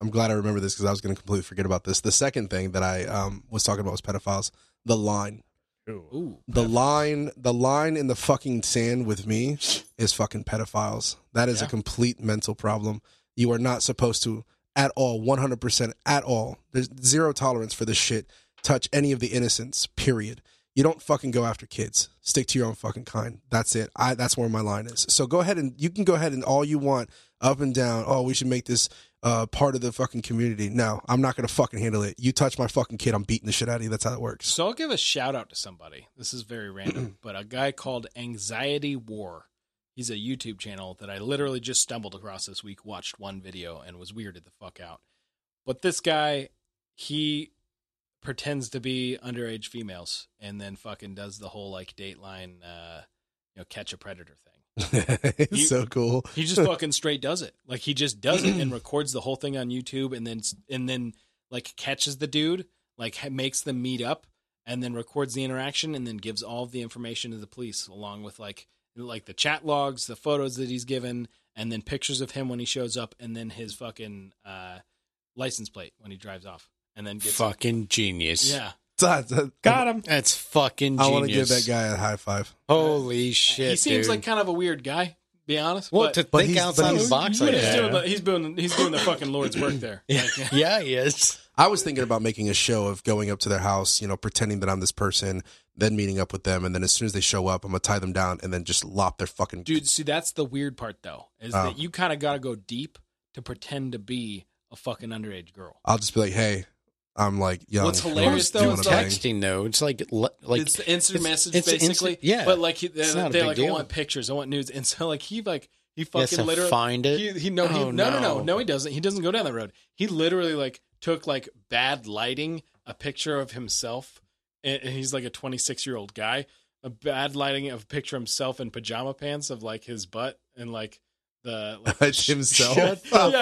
Speaker 2: I'm glad I remember this because I was going to completely forget about this. The second thing that I um, was talking about was pedophiles. The line,
Speaker 1: Ooh,
Speaker 2: the line, the line in the fucking sand with me is fucking pedophiles. That is a
Speaker 1: Yeah.
Speaker 2: complete mental problem. You are not supposed to at all, 100% at all. There's zero tolerance for this shit. Touch any of the innocents. Period. You don't fucking go after kids. Stick to your own fucking kind. That's it. I that's where my line is. So go ahead and you can go ahead and all you want up and down. Oh, we should make this uh, part of the fucking community. No, I'm not gonna fucking handle it. You touch my fucking kid, I'm beating the shit out of you. That's how it works.
Speaker 1: So I'll give a shout out to somebody. This is very random, but a guy called Anxiety War. He's a YouTube channel that I literally just stumbled across this week, watched one video, and was weirded the fuck out. But this guy, he pretends to be underage females and then fucking does the whole like Dateline, uh, you know, catch a predator thing.
Speaker 2: it's
Speaker 1: You-
Speaker 2: so cool.
Speaker 1: He just fucking straight does it. Like he just does it and records the whole thing on YouTube, and then and then like catches the dude, like ha- makes them meet up, and then records the interaction, and then gives all of the information to the police along with like like the chat logs, the photos that he's given, and then pictures of him when he shows up, and then his fucking uh, license plate when he drives off, and then gets
Speaker 6: Fucking genius.
Speaker 1: yeah.
Speaker 2: Got him.
Speaker 5: him.
Speaker 6: That's fucking
Speaker 2: I
Speaker 6: genius.
Speaker 2: want to give that guy a high five.
Speaker 6: Holy shit.
Speaker 1: he seems
Speaker 6: dude.
Speaker 1: like kind of a weird guy, be honest.
Speaker 6: Well,
Speaker 1: but,
Speaker 6: to
Speaker 2: but
Speaker 6: think
Speaker 2: he's- but
Speaker 6: outside the
Speaker 2: he's-
Speaker 6: box like
Speaker 1: but he's,
Speaker 5: yeah.
Speaker 6: that.
Speaker 1: doing the, he's doing he's doing the fucking Lord's work there. Like, yeah.
Speaker 6: Yeah, he is.
Speaker 2: I was thinking about making a show of going up to their house, you know, pretending that I'm this person, then meeting up with them, and then as soon as they show up, I'm gonna tie them down and then just lop their fucking.
Speaker 1: Dude, see, that's the weird part, though, is
Speaker 2: Oh.
Speaker 1: that you kind of got to go deep to pretend to be a fucking underage girl.
Speaker 2: I'll just be like, hey, I'm like young.
Speaker 1: What's
Speaker 2: You
Speaker 1: hilarious,
Speaker 2: wanna- you
Speaker 1: though,
Speaker 2: wanna
Speaker 1: is
Speaker 2: bang?
Speaker 1: text-
Speaker 6: Texting though, it's like le- like
Speaker 1: it's the instant
Speaker 6: it's-
Speaker 1: message,
Speaker 6: it's the instant-
Speaker 1: basically.
Speaker 6: yeah.
Speaker 1: but like, he,
Speaker 6: It's
Speaker 1: they're,
Speaker 6: not a
Speaker 1: they're
Speaker 6: big
Speaker 1: like, I
Speaker 6: deal.
Speaker 1: want pictures, I want nudes, and so like he like
Speaker 6: he
Speaker 1: he
Speaker 6: has
Speaker 1: fucking
Speaker 6: to
Speaker 1: literally
Speaker 6: find it.
Speaker 1: He, he no, he,
Speaker 6: Oh,
Speaker 1: no, no, no,
Speaker 6: no.
Speaker 1: no, he doesn't. He doesn't go down that road. He literally like took like bad lighting, a picture of himself, and, and he's like a 26 year old guy. A bad lighting of a picture of himself in pajama pants of like his butt and like the like
Speaker 2: It's himself.
Speaker 6: Shut the fuck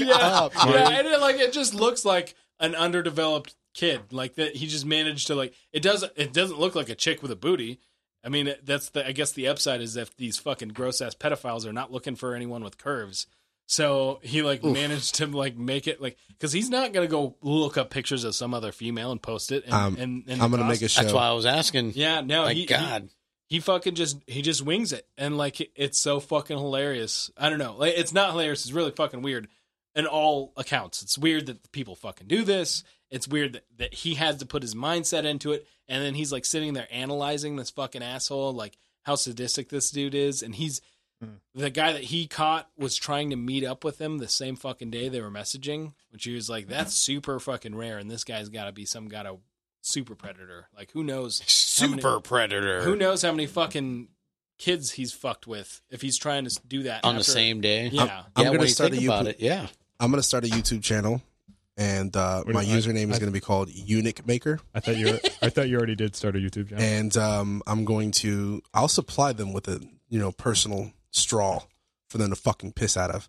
Speaker 1: yeah,
Speaker 6: up.
Speaker 1: yeah,
Speaker 6: dude.
Speaker 1: and it, like it just looks like an underdeveloped kid. Like that, he just managed to like it does. not It doesn't look like a chick with a booty. I mean, it- that's the. I guess the upside is if these fucking gross ass pedophiles are not looking for anyone with curves. So he like managed to like make it like because he's not gonna go look up pictures of some other female and post it. And,
Speaker 2: Um,
Speaker 1: and, and
Speaker 2: I'm gonna make a
Speaker 6: That's
Speaker 2: show.
Speaker 6: why I was asking.
Speaker 1: yeah. No,
Speaker 6: My
Speaker 1: he, he
Speaker 6: God,
Speaker 1: he fucking just he just wings it and like it's so fucking hilarious i don't know like it's not hilarious it's really fucking weird in all accounts it's weird that people fucking do this it's weird that, that he has to put his mindset into it and then he's like sitting there analyzing this fucking asshole like how sadistic this dude is and he's the guy that he caught was trying to meet up with him the same fucking day they were messaging which he was like that's super fucking rare and this guy's got to be some kind of super predator like who knows how many-
Speaker 6: super predator
Speaker 1: who knows how many fucking kids he's fucked with if he's trying to do that
Speaker 6: on the
Speaker 1: after-
Speaker 6: same day.
Speaker 1: Yeah,
Speaker 2: I'm
Speaker 6: yeah,
Speaker 2: gonna
Speaker 6: when you
Speaker 2: start
Speaker 6: think
Speaker 2: a
Speaker 6: about
Speaker 2: YouTube-
Speaker 6: it. Yeah,
Speaker 2: I'm gonna start a YouTube channel, and uh,
Speaker 5: What
Speaker 2: my
Speaker 5: do I-
Speaker 2: username is
Speaker 5: I-
Speaker 2: gonna be called Eunuch Maker,
Speaker 5: I thought you. Were, I thought you already did start a YouTube channel.
Speaker 2: and um, I'm going to I'll supply them with a you know personal straw for them to fucking piss out of.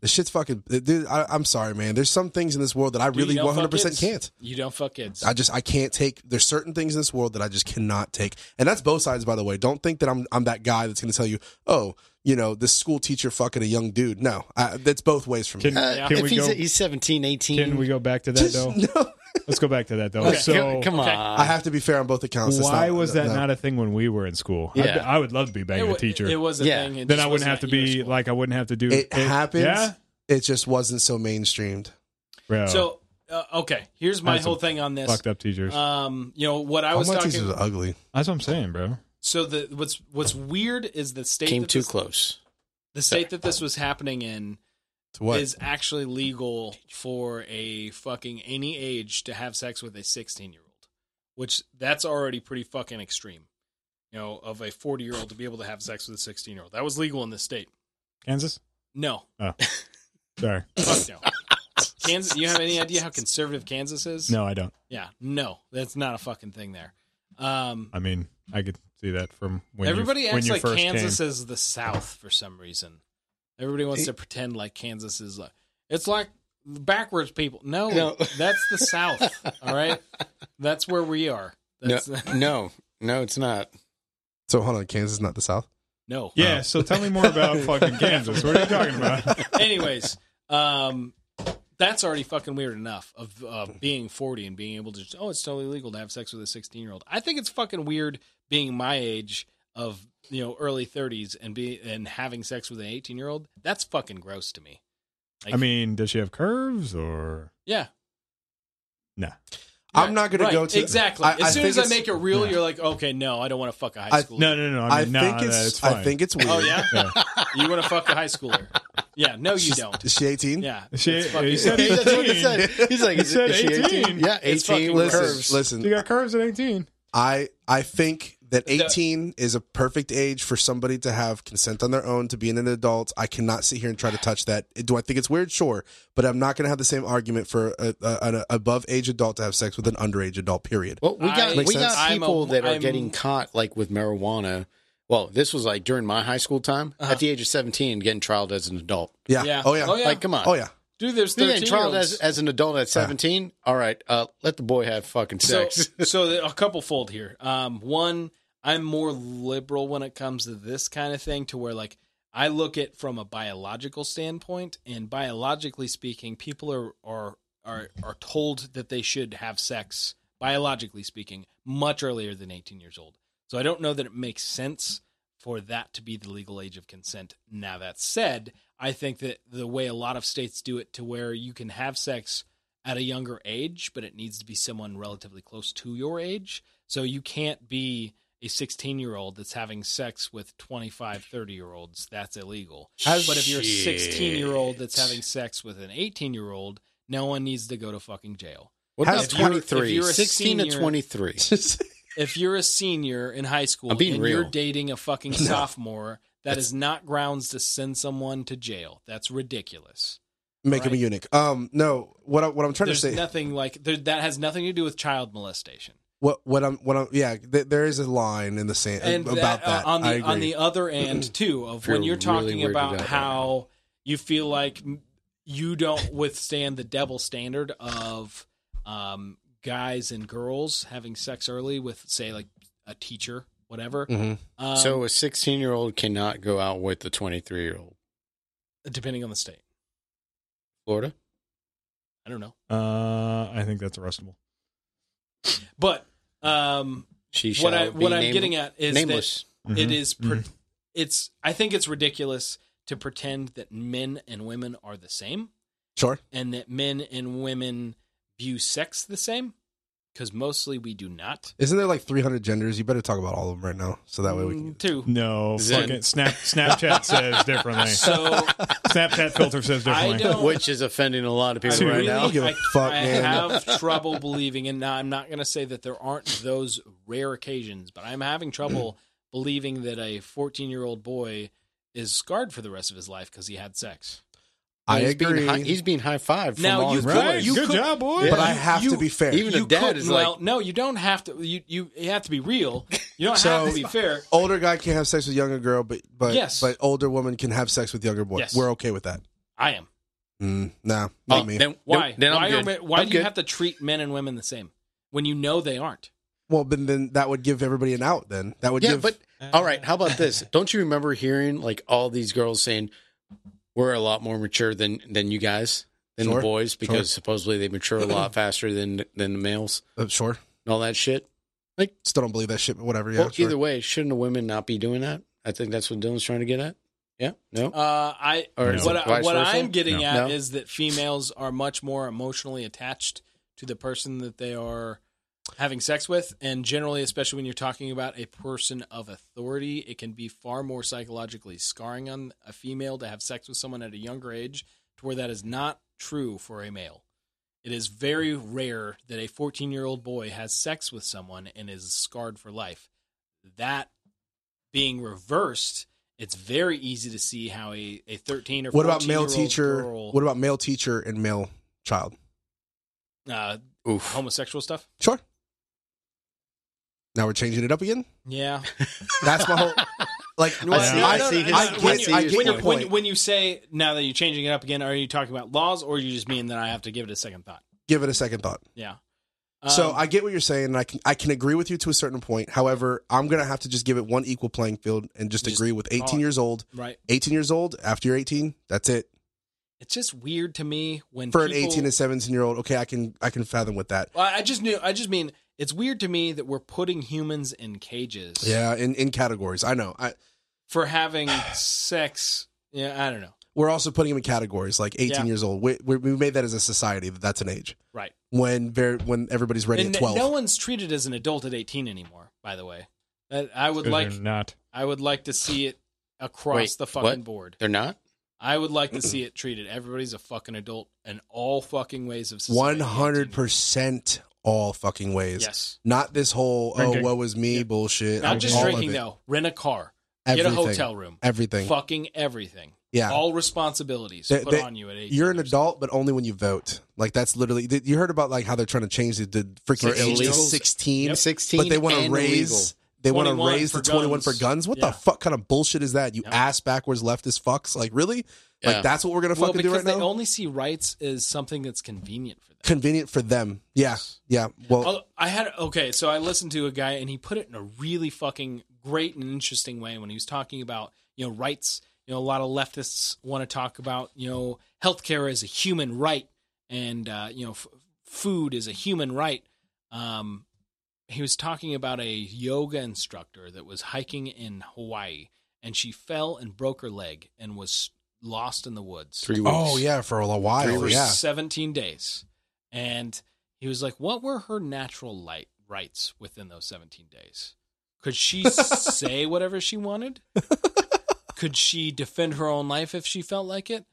Speaker 2: The shit's fucking. Dude, I, I'm sorry, man. There's some things in this world that I
Speaker 1: Dude, you
Speaker 2: really
Speaker 1: don't fuck
Speaker 2: 100 percent
Speaker 1: kids.
Speaker 2: can't.
Speaker 1: You don't fuck kids.
Speaker 2: I just I can't take. There's certain things in this world that I just cannot take, and that's both sides. By the way, don't think that I'm I'm that guy that's going to tell you, oh, you know, this school teacher fucking a young dude. No, I, that's both ways for me.
Speaker 5: Can-
Speaker 6: Uh,
Speaker 5: Can
Speaker 6: if
Speaker 5: we
Speaker 6: he's
Speaker 5: go-
Speaker 6: he's 17, 18.
Speaker 5: Can we go back to that
Speaker 2: Just-
Speaker 5: though?
Speaker 2: no,
Speaker 5: Let's go back to that though.
Speaker 6: Okay,
Speaker 5: So,
Speaker 6: come on.
Speaker 2: I have to be fair on both accounts. It's
Speaker 5: why
Speaker 2: not-
Speaker 5: was
Speaker 2: no,
Speaker 5: that
Speaker 2: no.
Speaker 5: not a thing when we were in school?
Speaker 6: Yeah.
Speaker 5: I'd- I, would love to be back
Speaker 1: it,
Speaker 5: in a
Speaker 1: wa-
Speaker 5: teacher.
Speaker 1: It was a
Speaker 6: Yeah.
Speaker 1: thing. It
Speaker 5: then
Speaker 1: just
Speaker 5: I wouldn't
Speaker 1: wasn't
Speaker 5: have to
Speaker 1: at your
Speaker 5: be
Speaker 1: school.
Speaker 5: like I wouldn't have to do
Speaker 2: It happens.
Speaker 5: Yeah,
Speaker 2: It just wasn't so mainstreamed.
Speaker 5: Bro,
Speaker 1: So uh, okay, here's my
Speaker 5: That's
Speaker 1: whole
Speaker 5: a
Speaker 1: thing on this.
Speaker 5: fucked up teachers.
Speaker 1: Um, you know what I
Speaker 2: All
Speaker 1: was
Speaker 2: my
Speaker 1: talking.
Speaker 2: teachers are ugly.
Speaker 5: That's what I'm saying, bro.
Speaker 1: So the what's what's weird is the state
Speaker 6: Came
Speaker 1: that
Speaker 6: too
Speaker 1: this,
Speaker 6: close.
Speaker 1: the state that this was happening in
Speaker 2: To what?
Speaker 1: is actually legal for a fucking any age to have sex with a 16 year old, which that's already pretty fucking extreme. You know, of a 40 year old to be able to have sex with a 16 year old. That was legal in this state.
Speaker 5: Kansas.
Speaker 1: No,
Speaker 5: Sorry,
Speaker 1: fuck no. Kansas, you have any idea how conservative Kansas is?
Speaker 5: no, I don't.
Speaker 1: Yeah, no, that's not a fucking thing there. Um,
Speaker 5: I mean, I could see that from when
Speaker 1: everybody
Speaker 5: you, when
Speaker 1: acts
Speaker 5: you
Speaker 1: like
Speaker 5: first
Speaker 1: Kansas
Speaker 5: came.
Speaker 1: is the South for some reason. Everybody wants to pretend like Kansas is like it's like backwards people. No,
Speaker 6: No.
Speaker 1: that's the South. All right, that's where we are. That's, no,
Speaker 6: No, no, it's not.
Speaker 2: so hold on, Kansas is not the South.
Speaker 5: Yeah, so tell me more about fucking Kansas. What are you talking about?
Speaker 1: Anyways, um, that's already fucking weird enough of uh, being forty and being able to. Just, oh, it's totally legal to have sex with a sixteen year old. I think it's fucking weird being my age of you know early thirties and be and having sex with an eighteen year old. That's fucking gross to me. Like,
Speaker 5: I mean, does she have curves or
Speaker 1: yeah,
Speaker 5: no?
Speaker 2: I'm not going
Speaker 1: Right,
Speaker 2: to go to
Speaker 1: exactly.
Speaker 2: I-
Speaker 1: as soon
Speaker 2: think
Speaker 1: as I
Speaker 2: it's-
Speaker 1: make it real,
Speaker 5: yeah.
Speaker 1: you're like, okay, no, I don't want to fuck a high
Speaker 2: I-
Speaker 1: schooler.
Speaker 5: No, no, no.
Speaker 2: I
Speaker 5: I, mean, nah,
Speaker 2: think it's,
Speaker 5: nah, it's fine.
Speaker 2: I think it's weird.
Speaker 1: Oh yeah,
Speaker 5: Yeah.
Speaker 1: you want to fuck a high schooler? Yeah, no, you don't.
Speaker 2: Is she 18?
Speaker 1: Yeah,
Speaker 5: She-
Speaker 1: it's fucking-
Speaker 5: he said
Speaker 6: That's what he
Speaker 5: 18.
Speaker 6: said. He's like,
Speaker 5: He
Speaker 6: is,
Speaker 5: said
Speaker 6: is she 18?
Speaker 5: 18.
Speaker 6: Yeah, 18
Speaker 1: It's fucking
Speaker 6: with
Speaker 1: listen,
Speaker 6: curves.
Speaker 2: Listen, listen.
Speaker 5: She got curves at 18.
Speaker 2: I I think that
Speaker 1: The-
Speaker 2: 18 is a perfect age for somebody to have consent on their own to being an adult. I cannot sit here and try to touch that. Do I think it's weird? Sure, but I'm not going to have the same argument for a, a, an above age adult to have sex with an underage adult. Period.
Speaker 6: Well, we got
Speaker 1: I-
Speaker 6: we
Speaker 2: Makes sense.
Speaker 6: got
Speaker 1: I'm
Speaker 6: people
Speaker 1: a-
Speaker 6: that are
Speaker 1: I'm-
Speaker 6: getting caught like with marijuana. Well, this was like during my high school time at the age of 17, getting trialed as an adult.
Speaker 2: yeah.
Speaker 1: Uh-huh. yeah.
Speaker 2: Oh yeah.
Speaker 1: Oh yeah.
Speaker 6: Like, come on.
Speaker 2: Oh yeah.
Speaker 1: dude, there's
Speaker 6: You're
Speaker 1: thirteen
Speaker 6: getting
Speaker 1: year
Speaker 6: trialed as,
Speaker 1: olds.
Speaker 6: as an adult at 17? All right, uh, let the boy have fucking
Speaker 1: So,
Speaker 6: sex.
Speaker 1: so a couple fold here. Um, one, I'm more liberal when it comes to this kind of thing, to where like I look at from a biological standpoint, and biologically speaking, people are are are are told that they should have sex biologically speaking much earlier than 18 years old. So I don't know that it makes sense for that to be the legal age of consent. Now that said, I think that the way a lot of states do it to where you can have sex at a younger age, but it needs to be someone relatively close to your age. So you can't be a 16 year old that's having sex with 25, 30 year olds. That's illegal. but if you're a 16 year old that's having sex with an 18 year old, no one needs to go to fucking jail.
Speaker 6: what
Speaker 2: How's
Speaker 6: about
Speaker 2: if you're- if
Speaker 6: 23?
Speaker 1: you're a
Speaker 6: 16 to
Speaker 1: senior-
Speaker 6: 23. Mm-hmm.
Speaker 1: If you're a senior in high school
Speaker 6: I'm being
Speaker 1: and
Speaker 6: real.
Speaker 1: you're dating a fucking sophomore, that is not grounds to send someone to jail. That's ridiculous.
Speaker 2: Make him a
Speaker 1: Right.
Speaker 2: eunuch. Um. No. What I, what I'm trying
Speaker 1: There's
Speaker 2: to say.
Speaker 1: nothing like there, that has nothing to do with child molestation.
Speaker 2: what what I'm what I'm. Yeah. Th- there is a line in the sand
Speaker 1: and
Speaker 2: about that.
Speaker 1: uh, on the
Speaker 2: I agree.
Speaker 1: on the other end too of
Speaker 6: Feel
Speaker 1: when you're
Speaker 6: really
Speaker 1: talking
Speaker 6: weirded out
Speaker 1: about
Speaker 6: right
Speaker 1: how you feel like m- you don't withstand the double standard of um, guys and girls having sex early with say like a teacher whatever
Speaker 2: Mhm.
Speaker 1: um,
Speaker 6: Mm. so a 16 year old cannot go out with the 23 year old.
Speaker 1: depending on the state
Speaker 6: Florida?
Speaker 1: i don't know
Speaker 5: Uh, I think that's arrestable.
Speaker 1: but um,
Speaker 6: She shall
Speaker 1: what i
Speaker 6: be
Speaker 1: what i'm
Speaker 6: name-
Speaker 1: getting at is that
Speaker 6: nameless.
Speaker 1: It
Speaker 2: Mm-hmm.
Speaker 5: Mhm.
Speaker 1: is pre-
Speaker 5: Mhm.
Speaker 1: it's i think it's ridiculous to pretend that men and women are the same
Speaker 2: sure.
Speaker 1: and that men and women view sex the same because mostly we do not
Speaker 2: Isn't there like 300 genders? You better talk about all of them right now, so that way we can.
Speaker 1: Mm, too
Speaker 5: No,
Speaker 6: Zen.
Speaker 5: fucking Snap. Snapchat says differently.
Speaker 1: so
Speaker 5: Snapchat filter says
Speaker 1: I
Speaker 5: differently.
Speaker 1: don't-
Speaker 6: Which is offending a lot of people
Speaker 1: I
Speaker 6: right
Speaker 1: really,
Speaker 6: now.
Speaker 2: Don't give a
Speaker 1: I,
Speaker 2: fuck,
Speaker 1: I
Speaker 2: man.
Speaker 1: have trouble believing, and now I'm not going to say that there aren't those rare occasions, but I'm having trouble believing that a 14 year old boy is scarred for the rest of his life because he had sex. Mm,
Speaker 2: I
Speaker 6: he's
Speaker 2: agree.
Speaker 6: Being high, he's being high five from
Speaker 1: Now
Speaker 6: all
Speaker 1: you
Speaker 6: his
Speaker 1: could-
Speaker 5: Right.
Speaker 6: boys.
Speaker 1: you
Speaker 5: Good
Speaker 1: could-
Speaker 5: job, boy.
Speaker 2: but
Speaker 6: Yeah.
Speaker 2: I have
Speaker 1: You-
Speaker 2: to be fair.
Speaker 6: Even a
Speaker 1: You
Speaker 6: dad
Speaker 1: couldn't-
Speaker 6: is
Speaker 1: well,
Speaker 6: like,
Speaker 1: no, you don't have to. You you, you have to be real. You don't
Speaker 2: So-
Speaker 1: have to be fair.
Speaker 2: older guy can have sex with younger girl, but but
Speaker 1: Yes.
Speaker 2: but older woman can have sex with younger boy.
Speaker 1: Yes.
Speaker 2: We're okay with that.
Speaker 1: I am.
Speaker 2: Mm, nah, not
Speaker 6: Oh,
Speaker 2: me.
Speaker 6: Then,
Speaker 1: Why?
Speaker 6: Then
Speaker 1: why
Speaker 6: I'm good.
Speaker 1: Are, men- why
Speaker 6: I'm
Speaker 1: do you
Speaker 6: good.
Speaker 1: have to treat men and women the same when you know they aren't?
Speaker 2: well, then then that would give everybody an out. Then that would
Speaker 6: Yeah,
Speaker 2: give.
Speaker 6: but all right. How about this? Don't you remember hearing like all these girls saying, "We're a lot more mature than than you guys." than
Speaker 2: Sure,
Speaker 6: the boys because
Speaker 2: sure.
Speaker 6: supposedly they mature a lot faster than than the males
Speaker 2: Uh, sure.
Speaker 6: and all that shit.
Speaker 2: Still don't believe that shit, but whatever. Yeah.
Speaker 6: well,
Speaker 2: sure.
Speaker 6: either way, shouldn't the women not be doing that? I think that's what Dylan's trying to get at. Yeah. No.
Speaker 1: Uh, I
Speaker 6: Or
Speaker 5: is
Speaker 1: what,
Speaker 6: it vice
Speaker 1: what
Speaker 6: versa?
Speaker 1: I'm getting
Speaker 5: No.
Speaker 1: at
Speaker 6: No.
Speaker 1: is that females are much more emotionally attached to the person that they are having sex with, and generally, especially when you're talking about a person of authority, it can be far more psychologically scarring on a female to have sex with someone at a younger age, to where that is not true for a male. It is very rare that a 14 year old boy has sex with someone and is scarred for life. That being reversed, it's very easy to see how a, a 13 or
Speaker 2: what about male
Speaker 1: 14-year-old
Speaker 2: teacher?
Speaker 1: girl,
Speaker 2: What about male teacher and male child?
Speaker 1: uh,
Speaker 6: Oof.
Speaker 1: homosexual stuff?
Speaker 2: Sure. Now we're changing it up again.
Speaker 1: Yeah.
Speaker 2: That's my whole. Like
Speaker 5: see-
Speaker 2: I,
Speaker 5: I
Speaker 1: no, no,
Speaker 2: I,
Speaker 1: no, no,
Speaker 2: get,
Speaker 1: when you-
Speaker 2: I get
Speaker 1: when
Speaker 2: your
Speaker 1: you-
Speaker 2: point.
Speaker 1: when you- When you say now that you're changing it up again, are you talking about laws or you just mean that I have to give it a second thought?
Speaker 2: Give it a second thought.
Speaker 1: Yeah.
Speaker 2: so
Speaker 1: Um,
Speaker 2: I get what you're saying, and I can I can agree with you to a certain point. However, I'm gonna have to just give it one equal playing field and just,
Speaker 1: Just
Speaker 2: agree with 18
Speaker 1: call it.
Speaker 2: years old.
Speaker 1: right.
Speaker 2: 18 years old. After you're 18, that's it.
Speaker 1: It's just weird to me when
Speaker 2: For an
Speaker 1: people-
Speaker 2: 18 and 17 year old, okay, I can I can fathom with that.
Speaker 1: Well, I just knew. I just mean it's weird to me that we're putting humans in cages.
Speaker 2: Yeah, in in categories. I know. I,
Speaker 1: For having sex. Yeah, I don't know.
Speaker 2: we're also putting them in categories like 18
Speaker 1: Yeah.
Speaker 2: years old. We, we, we made that as a society that that's an age
Speaker 1: Right.
Speaker 2: when very when everybody's ready
Speaker 1: and
Speaker 2: at 12.
Speaker 1: no one's treated as an adult at 18 anymore, by the way. That- I would
Speaker 5: Because
Speaker 1: like
Speaker 5: they're not.
Speaker 1: I would like to see it across
Speaker 6: Wait,
Speaker 1: the fucking
Speaker 6: what?
Speaker 1: board.
Speaker 6: They're not.
Speaker 1: I would like to see it treated everybody's a fucking adult in all fucking ways of society.
Speaker 2: 100% all fucking ways.
Speaker 1: Yes.
Speaker 2: Not this whole
Speaker 5: Drinking.
Speaker 2: oh woe is me
Speaker 1: Yeah.
Speaker 2: bullshit.
Speaker 1: Not
Speaker 2: I'm
Speaker 1: just
Speaker 2: all of
Speaker 1: drinking
Speaker 2: it.
Speaker 1: though. Rent a car.
Speaker 2: Everything.
Speaker 1: Get a hotel room.
Speaker 2: Everything.
Speaker 1: Fucking everything.
Speaker 2: Yeah.
Speaker 1: All responsibilities
Speaker 2: They-
Speaker 1: put
Speaker 2: they-
Speaker 1: on you at 18.
Speaker 2: You're an
Speaker 1: years
Speaker 2: adult, but only when you vote. Like that's literally. th- You heard about like how they're trying to change the, the freaking
Speaker 6: For
Speaker 2: age to
Speaker 6: illegals?
Speaker 2: sixteen,
Speaker 1: Yep.
Speaker 6: Sixteen.
Speaker 2: but they want to
Speaker 6: and
Speaker 2: raise.
Speaker 6: illegal.
Speaker 2: They want to
Speaker 1: 21
Speaker 2: raise the
Speaker 1: for
Speaker 2: twenty one for
Speaker 1: guns.
Speaker 2: guns. What
Speaker 1: Yeah.
Speaker 2: the fuck kind of bullshit is that? You
Speaker 1: Yep.
Speaker 2: ass backwards leftist fucks. Like really?
Speaker 6: Yeah.
Speaker 2: Like that's what we're gonna
Speaker 1: Well,
Speaker 2: fucking do
Speaker 1: because
Speaker 2: right
Speaker 1: they
Speaker 2: now?
Speaker 1: only see rights as something that's convenient for them.
Speaker 2: Convenient for them. Yeah. Yeah. Well,
Speaker 1: Oh, I had okay, so I listened to a guy and he put it in a really fucking great and interesting way when he was talking about you know rights. You know, a lot of leftists want to talk about you know healthcare is a human right and uh, you know f- food is a human right. Um, he was talking about a yoga instructor that was hiking in Hawaii and she fell and broke her leg and was lost in the woods
Speaker 6: Three weeks.
Speaker 2: oh yeah, for a little while.
Speaker 1: for
Speaker 2: Yeah.
Speaker 1: 17 days. And he was like, what were her natural light rights within those 17 days? Could she say whatever she wanted? Could she defend her own life if she felt like it?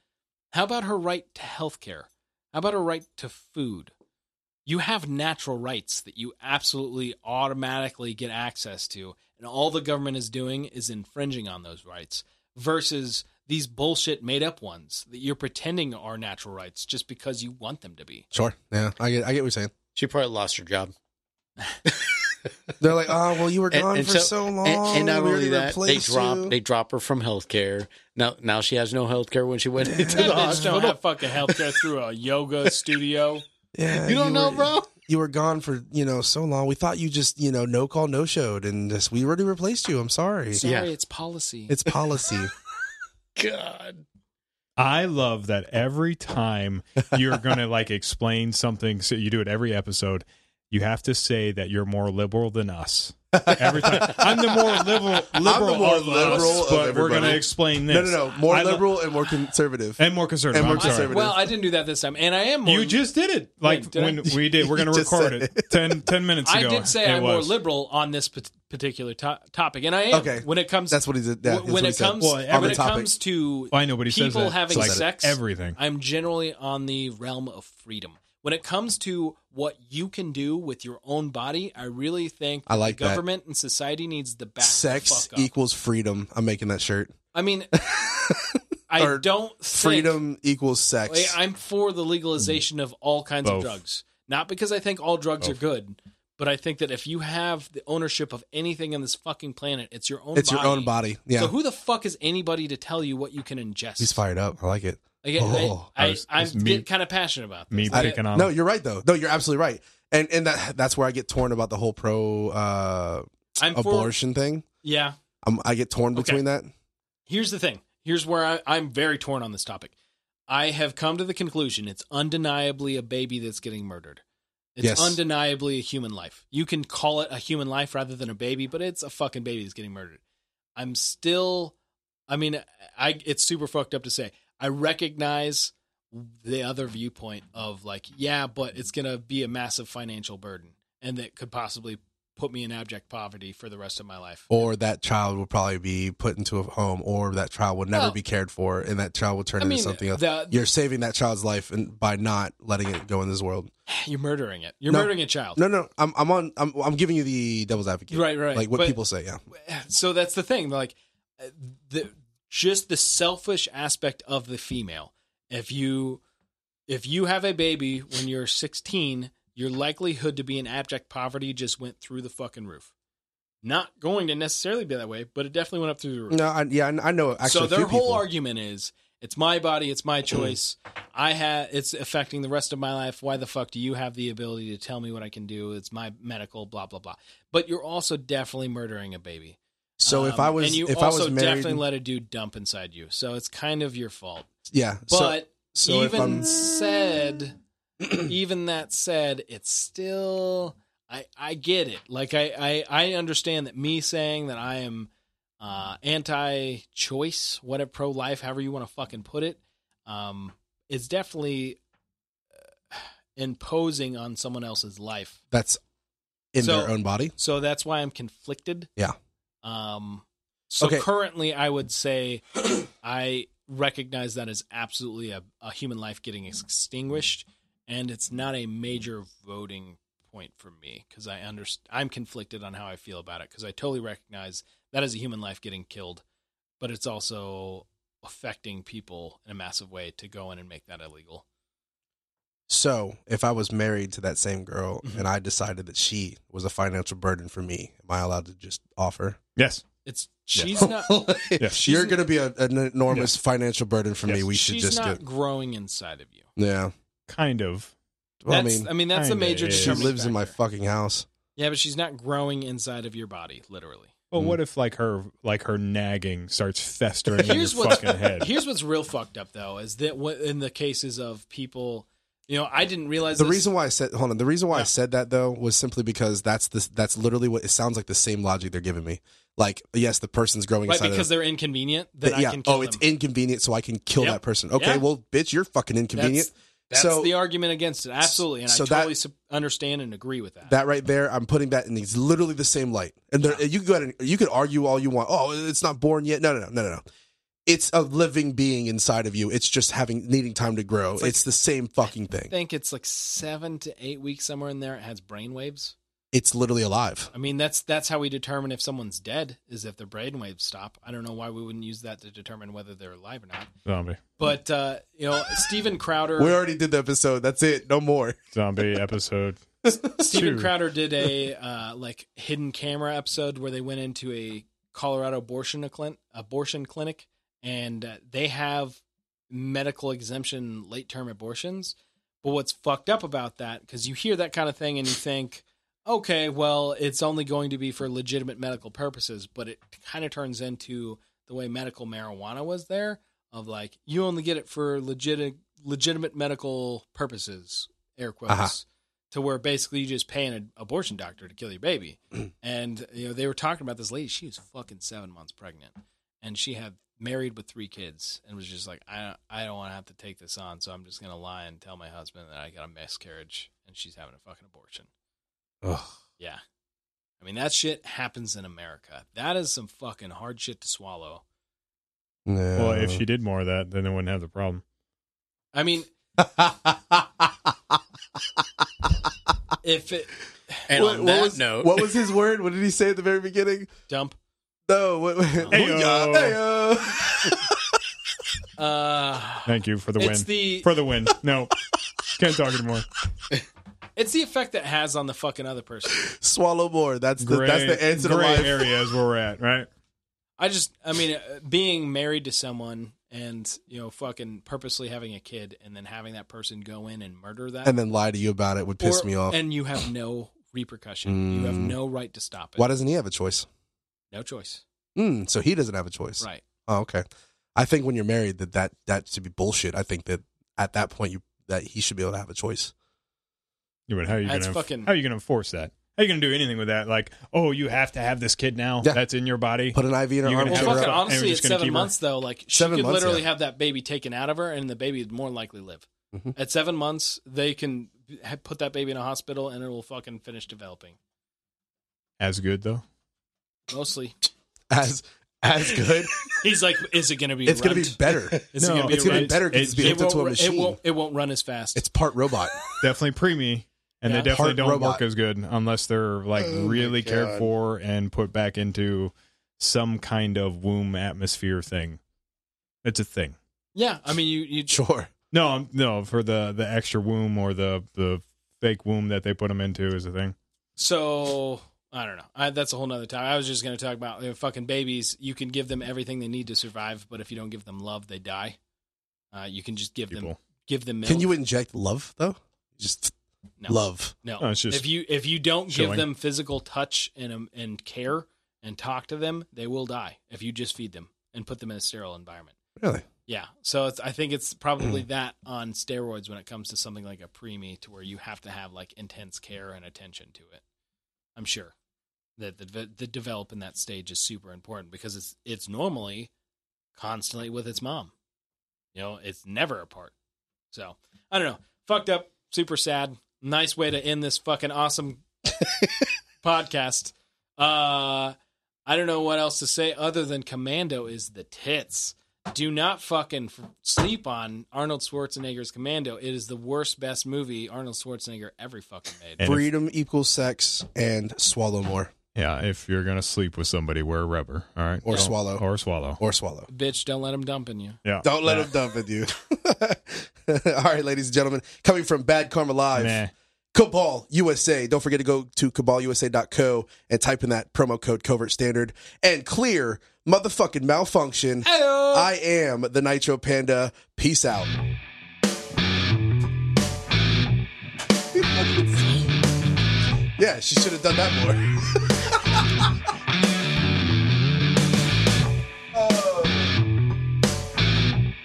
Speaker 1: How about her right to health care? How about her right to food? You have natural rights that you absolutely automatically get access to, and all the government is doing is infringing on those rights versus these bullshit made up ones that you're pretending are natural rights just because you want them to be.
Speaker 2: Sure. Yeah. I get. I get what you're saying.
Speaker 6: She probably lost her job.
Speaker 2: They're like, oh well, you were
Speaker 6: And-
Speaker 2: gone
Speaker 6: and
Speaker 2: for so,
Speaker 6: so-
Speaker 2: long.
Speaker 6: And, and not
Speaker 2: we
Speaker 6: only
Speaker 2: already
Speaker 6: that, they
Speaker 2: replaced
Speaker 6: drop
Speaker 2: you."
Speaker 6: they drop her from healthcare. Now now she has no healthcare when she went into
Speaker 1: That
Speaker 6: the
Speaker 1: bitch
Speaker 6: hospital.
Speaker 1: don't have fucking healthcare through a yoga studio.
Speaker 2: Yeah,
Speaker 6: You don't know,
Speaker 2: were-
Speaker 6: bro.
Speaker 2: you were gone for you know so long. We thought you just you know no call, no showed, and just, we already replaced you. I'm sorry.
Speaker 1: Sorry,
Speaker 6: Yeah.
Speaker 1: it's policy.
Speaker 2: It's policy.
Speaker 6: God.
Speaker 5: I love that every time you're going to like explain something, so you do it every episode. You have to say that you're more liberal than us every time. I'm the more liberal, liberal,
Speaker 2: more
Speaker 5: of
Speaker 2: liberal
Speaker 5: us,
Speaker 2: of
Speaker 5: but we're
Speaker 2: everybody.
Speaker 5: going to explain this.
Speaker 2: no, no, no. More
Speaker 5: I lo-
Speaker 2: liberal and more conservative.
Speaker 5: and more conservative.
Speaker 2: And more
Speaker 5: I'm sorry.
Speaker 2: conservative.
Speaker 1: well, I didn't do that this time, and I am more.
Speaker 5: You just did it. Like
Speaker 1: Wait, did I?
Speaker 5: when we did, we're going to
Speaker 2: You just
Speaker 5: record
Speaker 2: said
Speaker 5: it, ten ten 10, minutes
Speaker 1: I
Speaker 5: ago.
Speaker 1: did say
Speaker 5: it
Speaker 1: I'm
Speaker 5: was.
Speaker 1: more liberal on this pat- particular to- topic, and I am.
Speaker 2: Okay.
Speaker 1: When it comes,
Speaker 2: That's what he did. Yeah,
Speaker 1: wh-
Speaker 2: that's
Speaker 1: when
Speaker 2: what he
Speaker 1: it
Speaker 2: said.
Speaker 1: comes,
Speaker 5: Well, on
Speaker 1: when
Speaker 5: the
Speaker 1: it
Speaker 2: topic.
Speaker 1: comes to
Speaker 5: I know, but he says
Speaker 1: people
Speaker 5: that.
Speaker 1: having
Speaker 5: It's like
Speaker 1: sex,
Speaker 5: everything.
Speaker 1: I'm generally on the realm of freedom. When it comes to what you can do with your own body, I really think
Speaker 2: I like
Speaker 1: the
Speaker 2: that.
Speaker 1: government and society needs the back the
Speaker 2: Sex
Speaker 1: fuck up.
Speaker 2: equals freedom. I'm making that shirt.
Speaker 1: I mean, I
Speaker 2: Or
Speaker 1: don't think-
Speaker 2: Freedom equals sex.
Speaker 1: Like, I'm for the legalization of all kinds
Speaker 5: Both.
Speaker 1: of drugs. Not because I think all drugs
Speaker 5: Both.
Speaker 1: are good, but I think that if you have the ownership of anything on this fucking planet, it's your own.
Speaker 2: it's your own body. Yeah.
Speaker 1: So who the fuck is anybody to tell you what you can ingest?
Speaker 2: He's fired up. I like it.
Speaker 1: Like, I-
Speaker 2: Oh,
Speaker 1: I, I,
Speaker 5: that's-
Speaker 1: I,
Speaker 5: that's me.
Speaker 1: get kind of passionate about this.
Speaker 5: Me
Speaker 1: I-
Speaker 5: picking on.
Speaker 2: No, you're right though. No, you're absolutely right. And and that that's where I get torn about the whole pro uh,
Speaker 1: I'm for-
Speaker 2: abortion thing.
Speaker 1: yeah.
Speaker 2: i I get torn
Speaker 1: Okay.
Speaker 2: between that.
Speaker 1: Here's the thing. Here's where I, I'm very torn on this topic. I have come to the conclusion it's undeniably a baby that's getting murdered. It's
Speaker 2: Yes.
Speaker 1: undeniably a human life. You can call it a human life rather than a baby, but it's a fucking baby that's getting murdered. I'm still I mean, I it's super fucked up to say. I recognize the other viewpoint of like, yeah, but it's going to be a massive financial burden and that could possibly put me in abject poverty for the rest of my life.
Speaker 2: Or that child will probably be put into a home, or that child will never
Speaker 1: Well-
Speaker 2: be cared for, and that child will turn
Speaker 1: I
Speaker 2: into
Speaker 1: mean,
Speaker 2: something else.
Speaker 1: the-
Speaker 2: You're saving that child's life and by not letting it go in this world.
Speaker 1: You're murdering it. You're
Speaker 2: No.
Speaker 1: murdering a child.
Speaker 2: No, no, I'm I'm on I'm I'm giving you the devil's advocate.
Speaker 1: Right, right.
Speaker 2: Like what
Speaker 1: But-
Speaker 2: people say, yeah.
Speaker 1: so that's the thing like uh, the just the selfish aspect of the female if you if you have a baby when you're 16 your likelihood to be in abject poverty just went through the fucking roof not going to necessarily be that way but it definitely went up through the roof
Speaker 2: No, I, yeah, I I know actually.
Speaker 1: so
Speaker 2: a few
Speaker 1: their whole
Speaker 2: people. Mm-hmm.
Speaker 1: argument is it's my body it's my choice i have it's affecting the rest of my life why the fuck do you have the ability to tell me what i can do it's my medical blah blah blah but you're also definitely murdering a baby
Speaker 2: So if
Speaker 1: um,
Speaker 2: I was
Speaker 1: and you
Speaker 2: if I
Speaker 1: also
Speaker 2: was married,
Speaker 1: definitely let a dude dump inside you, so it's kind of your fault.
Speaker 2: yeah. so
Speaker 1: But
Speaker 2: so if
Speaker 1: even
Speaker 2: I'm
Speaker 1: said, even that said, it's still I I get it. Like I I, I understand that me saying that I am uh, anti-choice, whatever pro-life, however you want to fucking put it, um, is definitely uh, imposing on someone else's life.
Speaker 2: that's in
Speaker 1: So-
Speaker 2: their own body.
Speaker 1: So that's why I'm conflicted.
Speaker 2: Yeah.
Speaker 1: Um so
Speaker 2: Okay.
Speaker 1: currently I would say I recognize that as absolutely a, a human life getting extinguished and it's not a major voting point for me cuz I underst- I'm conflicted on how I feel about it cuz I totally recognize that is a human life getting killed but it's also affecting people in a massive way to go in and make that illegal.
Speaker 2: So if I was married to that same girl
Speaker 1: Mhm.
Speaker 2: and I decided that she was a financial burden for me, am I allowed to just offer?
Speaker 5: Yes.
Speaker 1: It's
Speaker 5: Yeah.
Speaker 1: she's not
Speaker 5: Yeah.
Speaker 1: she's
Speaker 2: You're going to be a, an enormous financial burden for me.
Speaker 5: Yes.
Speaker 2: We should
Speaker 1: she's
Speaker 2: just
Speaker 1: not
Speaker 2: get
Speaker 1: growing inside of you.
Speaker 2: yeah.
Speaker 5: Kind of.
Speaker 2: Well, I
Speaker 1: That's-
Speaker 2: mean,
Speaker 1: I mean that's the
Speaker 5: kinda
Speaker 1: major.
Speaker 5: is.
Speaker 2: she
Speaker 1: determining
Speaker 2: lives in my
Speaker 1: factor.
Speaker 2: fucking house.
Speaker 1: Yeah, but she's not growing inside of your body, literally.
Speaker 5: But
Speaker 2: Mm.
Speaker 5: what if like her like her nagging starts festering
Speaker 1: Here's
Speaker 5: in your
Speaker 1: what's-
Speaker 5: fucking head?
Speaker 1: Here's what's real fucked up though is that wh- in the cases of people, you know, I didn't realize
Speaker 2: The
Speaker 1: this-
Speaker 2: reason why I said hold on, the reason why I
Speaker 1: Yeah.
Speaker 2: said that though was simply because that's this that's literally what it sounds like the same logic they're giving me. Like yes, the person's growing
Speaker 1: right
Speaker 2: inside
Speaker 1: because
Speaker 2: of
Speaker 1: they're inconvenient that I
Speaker 2: yeah.
Speaker 1: can kill
Speaker 2: oh, it's
Speaker 1: them.
Speaker 2: inconvenient, so I can kill
Speaker 1: Yep.
Speaker 2: that person. Okay,
Speaker 1: Yeah.
Speaker 2: well, bitch, you're fucking inconvenient.
Speaker 1: That's
Speaker 2: so
Speaker 1: the argument against it, absolutely, and
Speaker 2: so
Speaker 1: I
Speaker 2: that-
Speaker 1: totally sup- understand and agree with that.
Speaker 2: that right there, I'm putting that in these literally the same light. And there, you can go ahead and you can argue all you want. Oh, it's not born yet. No, no, no, no, no, no. It's a living being inside of you. It's just having needing time to grow. It's,
Speaker 1: like-
Speaker 2: the same fucking
Speaker 1: I
Speaker 2: thing.
Speaker 1: think it's like seven to eight weeks somewhere in there. It has brainwaves.
Speaker 2: It's literally alive.
Speaker 1: I mean, that's that's how we determine if someone's dead is if their brainwaves stop. I don't know why we wouldn't use that to determine whether they're alive or not.
Speaker 5: Zombie.
Speaker 1: But uh, you know, Steven Crowder.
Speaker 2: We already did the episode. That's it. No more.
Speaker 5: Zombie episode.
Speaker 1: Steven
Speaker 5: Two.
Speaker 1: Crowder did a uh, like hidden camera episode where they went into a Colorado abortion clinic, abortion clinic, and uh, they have medical exemption late term abortions. But what's fucked up about that? Because you hear that kind of thing and you think, okay, well, it's only going to be for legitimate medical purposes. But it kind of turns into the way medical marijuana was there of like you only get it for legit legitimate medical purposes, air quotes
Speaker 2: Uh-huh.
Speaker 1: to where basically you just pay an abortion doctor to kill your baby. and you know they were talking about this lady; she was fucking seven months pregnant, and she had married with three kids, and was just like, I I don't want to have to take this on, so I'm just gonna lie and tell my husband that I got a miscarriage, and she's having a fucking abortion. Yeah, I mean that shit happens in America. That is some fucking hard shit to swallow.
Speaker 2: No.
Speaker 5: Well,
Speaker 2: Uh.
Speaker 5: if she did more of that, then they wouldn't have the problem.
Speaker 1: I mean, if it
Speaker 6: And on that
Speaker 2: was,
Speaker 6: note,
Speaker 2: what was his word? What did he say at the very beginning?
Speaker 1: dump,
Speaker 2: No. What,
Speaker 5: Heyo.
Speaker 2: Heyo.
Speaker 1: uh,
Speaker 5: Thank you for the
Speaker 1: it's
Speaker 5: win.
Speaker 1: the
Speaker 5: for the win. No. Can't talk anymore.
Speaker 1: it's the effect that has on the fucking other person.
Speaker 2: Swallow more. That's the
Speaker 5: Gray,
Speaker 2: that's the answer to
Speaker 5: gray
Speaker 2: life.
Speaker 5: area is where we're at, right?
Speaker 1: I just, I mean, uh, being married to someone and you know, fucking purposely having a kid and then having that person go in and murder that,
Speaker 2: And then lie to you about it would piss
Speaker 1: Or-
Speaker 2: me off.
Speaker 1: and you have no repercussion. You have
Speaker 2: Mm.
Speaker 1: no right to stop it.
Speaker 2: Why doesn't he have a choice?
Speaker 1: no choice.
Speaker 2: Mm, so he doesn't have a choice.
Speaker 1: Right.
Speaker 2: Oh, okay. I think when you're married, that that that should be bullshit. I think that at that point, you that he should be able to have a choice.
Speaker 5: Yeah, but how are you
Speaker 1: That's
Speaker 5: gonna
Speaker 1: fucking-
Speaker 5: how are you gonna enforce that? How are you gonna do anything with that? Like, oh, you have to have this kid now.
Speaker 2: Yeah.
Speaker 5: That's in your body.
Speaker 2: Put an IV in her
Speaker 5: You're
Speaker 2: arm.
Speaker 5: gonna
Speaker 2: and
Speaker 1: Well,
Speaker 2: cover her
Speaker 5: Yeah, have
Speaker 1: fucking
Speaker 5: right.
Speaker 2: up.
Speaker 5: on- And
Speaker 1: honestly,
Speaker 5: we're
Speaker 1: at
Speaker 5: just gonna
Speaker 1: seven
Speaker 5: keep her-
Speaker 1: months though, like she
Speaker 2: Seven
Speaker 1: could
Speaker 2: months,
Speaker 1: literally
Speaker 2: yeah.
Speaker 1: have that baby taken out of her, and the baby would more likely live.
Speaker 2: Mhm.
Speaker 1: At seven months, they can ha- put that baby in a hospital, and it will fucking finish developing.
Speaker 5: As good though.
Speaker 1: Mostly,
Speaker 2: as as good.
Speaker 1: he's like, "Is it going to be?
Speaker 2: it's gonna be
Speaker 1: runt?
Speaker 2: better.
Speaker 1: Is
Speaker 5: No,
Speaker 1: it going to be?
Speaker 2: It's gonna be
Speaker 1: runt?
Speaker 2: better because
Speaker 5: It-
Speaker 2: it's being
Speaker 1: It
Speaker 2: hooked up
Speaker 1: won't,
Speaker 2: to a
Speaker 1: ru- it
Speaker 2: machine.
Speaker 1: won't. It won't run as fast.
Speaker 2: It's part robot.
Speaker 5: Definitely preemie. And
Speaker 1: Yeah.
Speaker 5: they definitely
Speaker 2: Part
Speaker 5: don't
Speaker 2: robot.
Speaker 5: work as good unless they're like
Speaker 6: Oh my
Speaker 5: really cared
Speaker 6: God.
Speaker 5: for and put back into some kind of womb atmosphere thing. It's a thing.
Speaker 1: yeah, I mean, you you
Speaker 2: Sure.
Speaker 5: No, I'm- no, for the the extra womb or the the fake womb that they put them into is a thing.
Speaker 1: So I don't know. I, that's a whole nother time. I was just going to talk about you know, fucking babies. You can give them everything they need to survive, but if you don't give them love, they die. Uh, you can just give them
Speaker 5: People.
Speaker 1: give them milk.
Speaker 2: Can you inject love though? Just
Speaker 1: no,
Speaker 2: love.
Speaker 1: No,
Speaker 5: No, it's just
Speaker 1: if you if you don't give
Speaker 5: showing.
Speaker 1: them physical touch and um, and care and talk to them, they will die. If you just feed them and put them in a sterile environment.
Speaker 2: Really?
Speaker 1: Yeah, so it's, I think it's probably that on steroids when it comes to something like a preemie, to where you have to have like intense care and attention to it. I'm sure that the the- the develop in that stage is super important because it's it's normally constantly with its mom. You know, it's never apart. So I don't know. Fucked up. Super sad. Nice way to end this fucking awesome podcast. Uh, I don't know what else to say other than Commando is the tits. Do not fucking f- sleep on Arnold Schwarzenegger's Commando. It is the worst, best movie Arnold Schwarzenegger ever fucking made.
Speaker 5: And if-
Speaker 2: Freedom equals sex and swallow more
Speaker 5: yeah, if you're gonna sleep with somebody, wear rubber. All right,
Speaker 2: Or
Speaker 5: Don't-
Speaker 2: swallow.
Speaker 5: or swallow.
Speaker 2: or swallow.
Speaker 1: Bitch, don't let him dump in you.
Speaker 5: Yeah,
Speaker 2: Don't let
Speaker 5: Nah.
Speaker 2: them dump at you. All right, ladies and gentlemen, coming from Bad Karma Live,
Speaker 5: Nah.
Speaker 2: Cabal USA. Don't forget to go to cabalusa.co and type in that promo code covert standard and clear motherfucking malfunction. I am the Nitro Panda. Peace out. yeah, she should have done that more.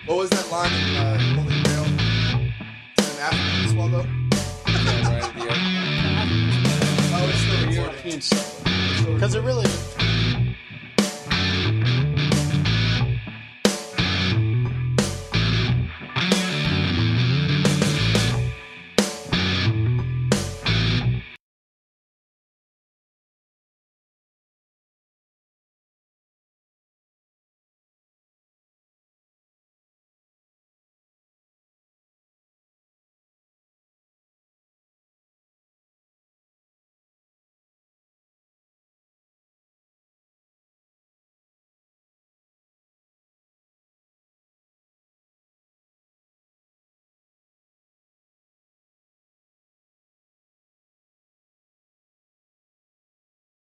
Speaker 2: What was that line in uh, Holy Grail? It's an African swallow. Oh,
Speaker 6: Because it really